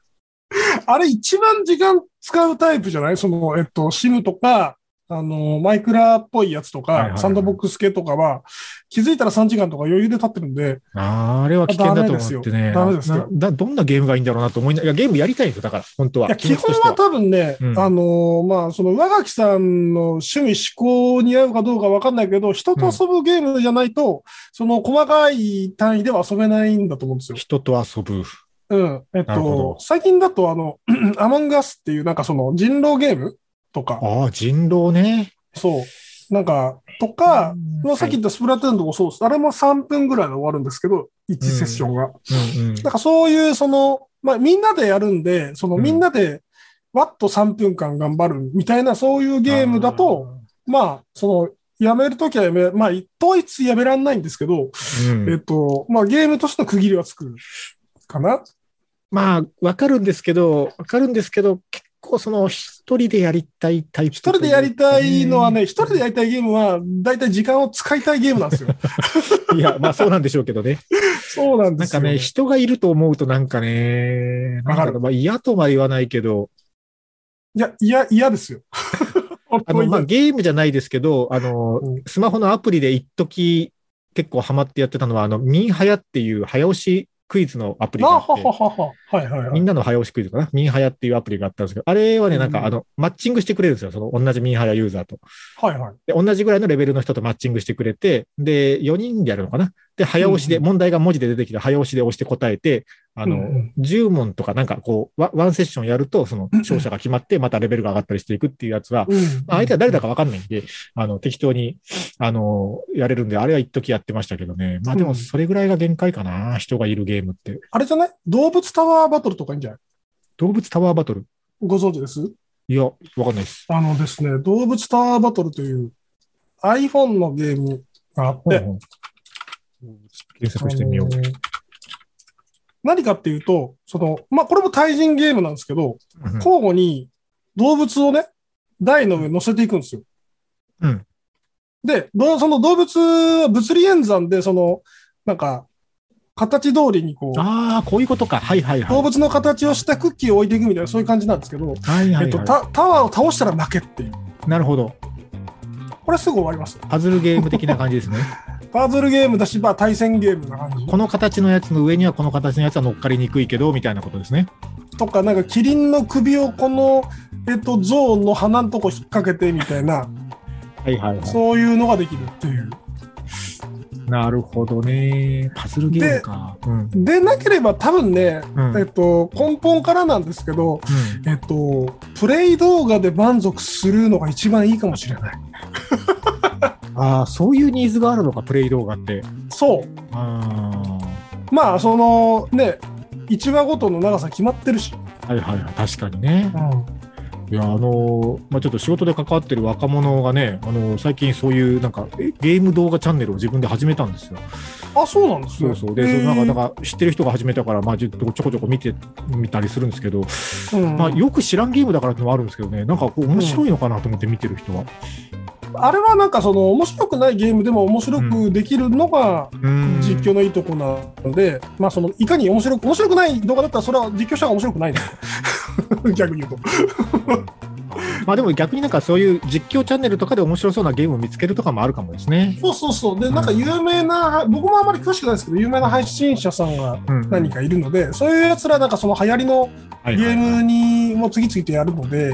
Speaker 3: あれ一番時間使うタイプじゃないその、えっと、シムとか、あの、マイクラっぽいやつと
Speaker 2: はいはい
Speaker 3: か
Speaker 2: は、い
Speaker 3: サンドボックス系とかは、気づいたら3時間とか余裕で経ってるんで、
Speaker 2: あれは危険だと思ってね。
Speaker 3: ダメですよダメ
Speaker 2: なだどんなゲームがいいんだろうなと思いながら、ゲームやりたいんですよ、だから、本当
Speaker 3: いや
Speaker 2: は。
Speaker 3: 基
Speaker 2: 気持ちと
Speaker 3: 本
Speaker 2: して
Speaker 3: は多分ね、
Speaker 2: うん
Speaker 3: あのーまあ、その上垣さんの趣味、嗜好に合うかどうか分かんないけど、人と遊ぶゲームじゃないと、その細かい単位では遊べないんだと思うんですよ。
Speaker 2: 人と遊ぶ。
Speaker 3: うん。えっ
Speaker 2: なるほ
Speaker 3: と
Speaker 2: ど、
Speaker 3: 最近だと、あの、 [clears throat] アモンガスっていう、なんかその人狼ゲームとか、
Speaker 2: ああ、人狼ね。
Speaker 3: そう、なんか、とか、
Speaker 2: うん
Speaker 3: まあさっき言ったスプラトゥーンとかもそうです。あれも3分ぐらいで終わるんですけど、1セッションが。
Speaker 2: はいうんうん
Speaker 3: なんかそういう、その、まあ、みんなでやるんで、その、
Speaker 2: うん
Speaker 3: みんなで、わっと3分間頑張るみたいな、そういうゲームだと、、まあ、その、やめるときはやめ、まあ、統一やめらんないんですけど、
Speaker 2: うん
Speaker 3: えっと、まあ、ゲームとしての区切りはつくかな。
Speaker 2: まあ、わかるんですけど、わかるんですけど、結構その、一人でやりたいタイプ
Speaker 3: 一人でやりたいのはね、一人でやりたいゲームは、だいたい時間を使いたいゲームな
Speaker 2: [laughs]
Speaker 3: んですよ。
Speaker 2: いや、まあそうなんでしょうけどね。
Speaker 3: そうなんで
Speaker 2: なん
Speaker 3: す
Speaker 2: か
Speaker 3: よ。
Speaker 2: ね、人がいると思うとなんかね、
Speaker 3: わかる
Speaker 2: なんまあ嫌とは言わないけど、
Speaker 3: いや、いや、嫌ですよ。
Speaker 2: [laughs] あの、まあ、ゲームじゃないですけど、あの、
Speaker 3: うん
Speaker 2: スマホのアプリで一時結構ハマってやってたのは、あの、ミンハヤっていう早押しクイズのアプリ
Speaker 3: な
Speaker 2: があ
Speaker 3: は
Speaker 2: って
Speaker 3: ははは。はいはいは
Speaker 2: み
Speaker 3: い
Speaker 2: ん。なの早押しクイズかな。ミンハヤっていうアプリがあったんですけど、あれはね、なん
Speaker 3: う
Speaker 2: か
Speaker 3: ん
Speaker 2: あの、マッチングしてくれるんですよ。その同じミンハヤユーザーと。
Speaker 3: はいはい。
Speaker 2: で、同じぐらいのレベルの人とマッチングしてくれて、で、4人でやるのかな。で、早押しで、
Speaker 3: うん
Speaker 2: 問題が文字で出てきた早押しで押して答えて、あの、
Speaker 3: うんうん
Speaker 2: 10問とかなんかこう、ワワンセッションやると、その勝者が決まって、またレベルが上がったりしていくっていうやつは、
Speaker 3: うん
Speaker 2: まあ相手は誰だかわかんないんで、あの、適当に、あの、やれるんで、あれは一時やってましたけどね。まあで
Speaker 3: う
Speaker 2: も、
Speaker 3: ん
Speaker 2: それぐらいが限界かな、人がいるゲームって。
Speaker 3: あれじゃない動物タワーバトルとかいいんじゃない
Speaker 2: 動物タワーバトル。
Speaker 3: ご存知です
Speaker 2: いや、わかんないです。
Speaker 3: あのですね、動物タワーバトルという iPhone のゲームがあっ
Speaker 2: うん
Speaker 3: て、
Speaker 2: うん検索してみよう。
Speaker 3: あのー何かっていうと、その、まあ、これも対人ゲームなんですけど、
Speaker 2: うん
Speaker 3: 交互に動物をね、台の上に乗せていくんですよ。
Speaker 2: うん
Speaker 3: で、どうその動物は物理演算で、その、なんか、形通りにこう、
Speaker 2: ああ、こういうことか。はいはいはい。
Speaker 3: 動物の形をしたクッキーを置いていくみたいな、そういう感じなんですけど、
Speaker 2: はいはい、はい
Speaker 3: えっと、タタワーを倒したら負けっていう。
Speaker 2: なるほど。
Speaker 3: これすぐ終わりますよ。
Speaker 2: パズルゲーム的な感じです
Speaker 3: [laughs]
Speaker 2: ね。
Speaker 3: パズルゲームだし、まあ対戦ゲームな感
Speaker 2: この形のやつの上にはこの形のやつは乗っかりにくいけど、みたいなことですね。
Speaker 3: じ。とか、なんかキリンの首をこの、えっと、象の鼻のとこ引っ掛けてみたいな、
Speaker 2: はいはいは
Speaker 3: そういうのができるっていう。
Speaker 2: い。なるほどね。パズルゲームか。うん。
Speaker 3: でなければ多分ね、
Speaker 2: うん。う
Speaker 3: え
Speaker 2: ん
Speaker 3: っと、根本からなんですけど、えっと、プレイ動画で満足するのが一番いいかもしれない。
Speaker 2: [laughs] ああ、そういうニーズがあるのか、プレイ動画って。
Speaker 3: そう。
Speaker 2: あ
Speaker 3: まあ、そのね、1話ごとの長さ決まってるし。
Speaker 2: あ。はいはいはい。確かにね。
Speaker 3: うん。
Speaker 2: いや、あのーまあ、ちょっと仕事で関わってる若者がね、あのー最近そういうなんかえゲーム動画チャンネルを自分で始めたんですよ。
Speaker 3: あ、そうなんです
Speaker 2: そ
Speaker 3: ね。
Speaker 2: うそう。で、そのなんか、だから知ってる人が始めたから、まあ、ちょっとちょこちょこ見てみたりするんですけど、
Speaker 3: ら、うん
Speaker 2: まあ、よく知らんゲームだからってのはあるんですけどね、なんかこう面白いのかなと思って見てる人は。
Speaker 3: あれはなんかその面白くないゲームでも面白くできるのが
Speaker 2: うん
Speaker 3: 実況のいいとこなので、まあそのいかに面白く面白くない動画だったらそれは実況者が面白くないです [laughs] 逆に言うと。
Speaker 2: まあでも逆になんかそういう実況チャンネルとかで面白そうなゲームを見つけるとかもあるかもですね。
Speaker 3: そうそうそう。で、なんか有名な、僕もあまり詳しくないですけど、有名な配信者さんが
Speaker 2: うん、
Speaker 3: 何かいるので、そういうやつらなんかその流行りの
Speaker 2: はい
Speaker 3: ゲ
Speaker 2: はい
Speaker 3: ームにも次々とやるので、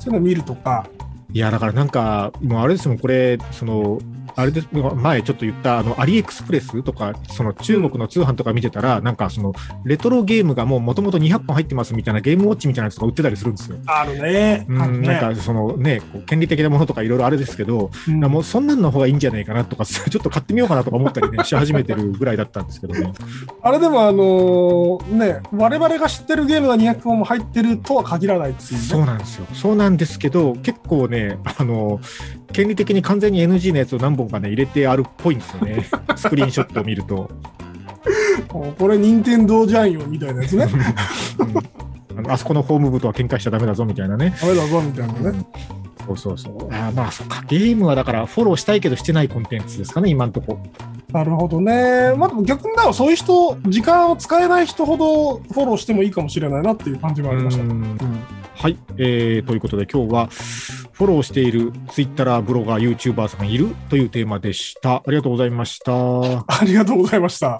Speaker 3: そういうの見るとか、
Speaker 2: いやだからなんか、もうあれですもん、これ、その、あれです前ちょっと言ったあのアリエクスプレスとか、その中国の通販とか見てたら、なんかそのレトロゲームがもうもともと200本入ってますみたいなゲームウォッチみたいなやつとか売ってたりするんですよ。
Speaker 3: あるね。
Speaker 2: う
Speaker 3: ある
Speaker 2: ん、
Speaker 3: ね
Speaker 2: なんかそのね、こう権利的なものとかいろいろあれですけど、
Speaker 3: うん
Speaker 2: なもうそんなんの方がいいんじゃないかなとか、 [laughs] ちょっと買ってみようかなとか思ったりね、し始めてるぐらいだったんですけどね。
Speaker 3: あれでもあのーね、我々が知ってるゲームが200本も入ってるとは限らないっていうね、
Speaker 2: そうなんですよ。そうなんですけど、結構ね、あの、権利的に完全に NG のやつを何本かね、入れてあるっぽいんですよね。スクリーンショットを見ると。
Speaker 3: おこれ、任天堂じゃんよみたいなやつね。
Speaker 2: うんあのあそこのホーム部とは喧嘩しちゃダメだぞみたいなね。
Speaker 3: ダメだぞみたいな
Speaker 2: う
Speaker 3: ね。
Speaker 2: んそうそうそう。あーまあ、そっか。ゲームはだから、フォローしたいけどしてないコンテンツですかね、今んとこ。
Speaker 3: なるほどね。まあ、でも逆にだからそういう人、時間を使えない人ほどフォローしてもいいかもしれないなっていう感じもありました。
Speaker 2: うんはい、えーということで今日はフォローしているツイッターブロガー YouTuber さんいるというテーマでしたありがとうございました
Speaker 3: ありがとうございました。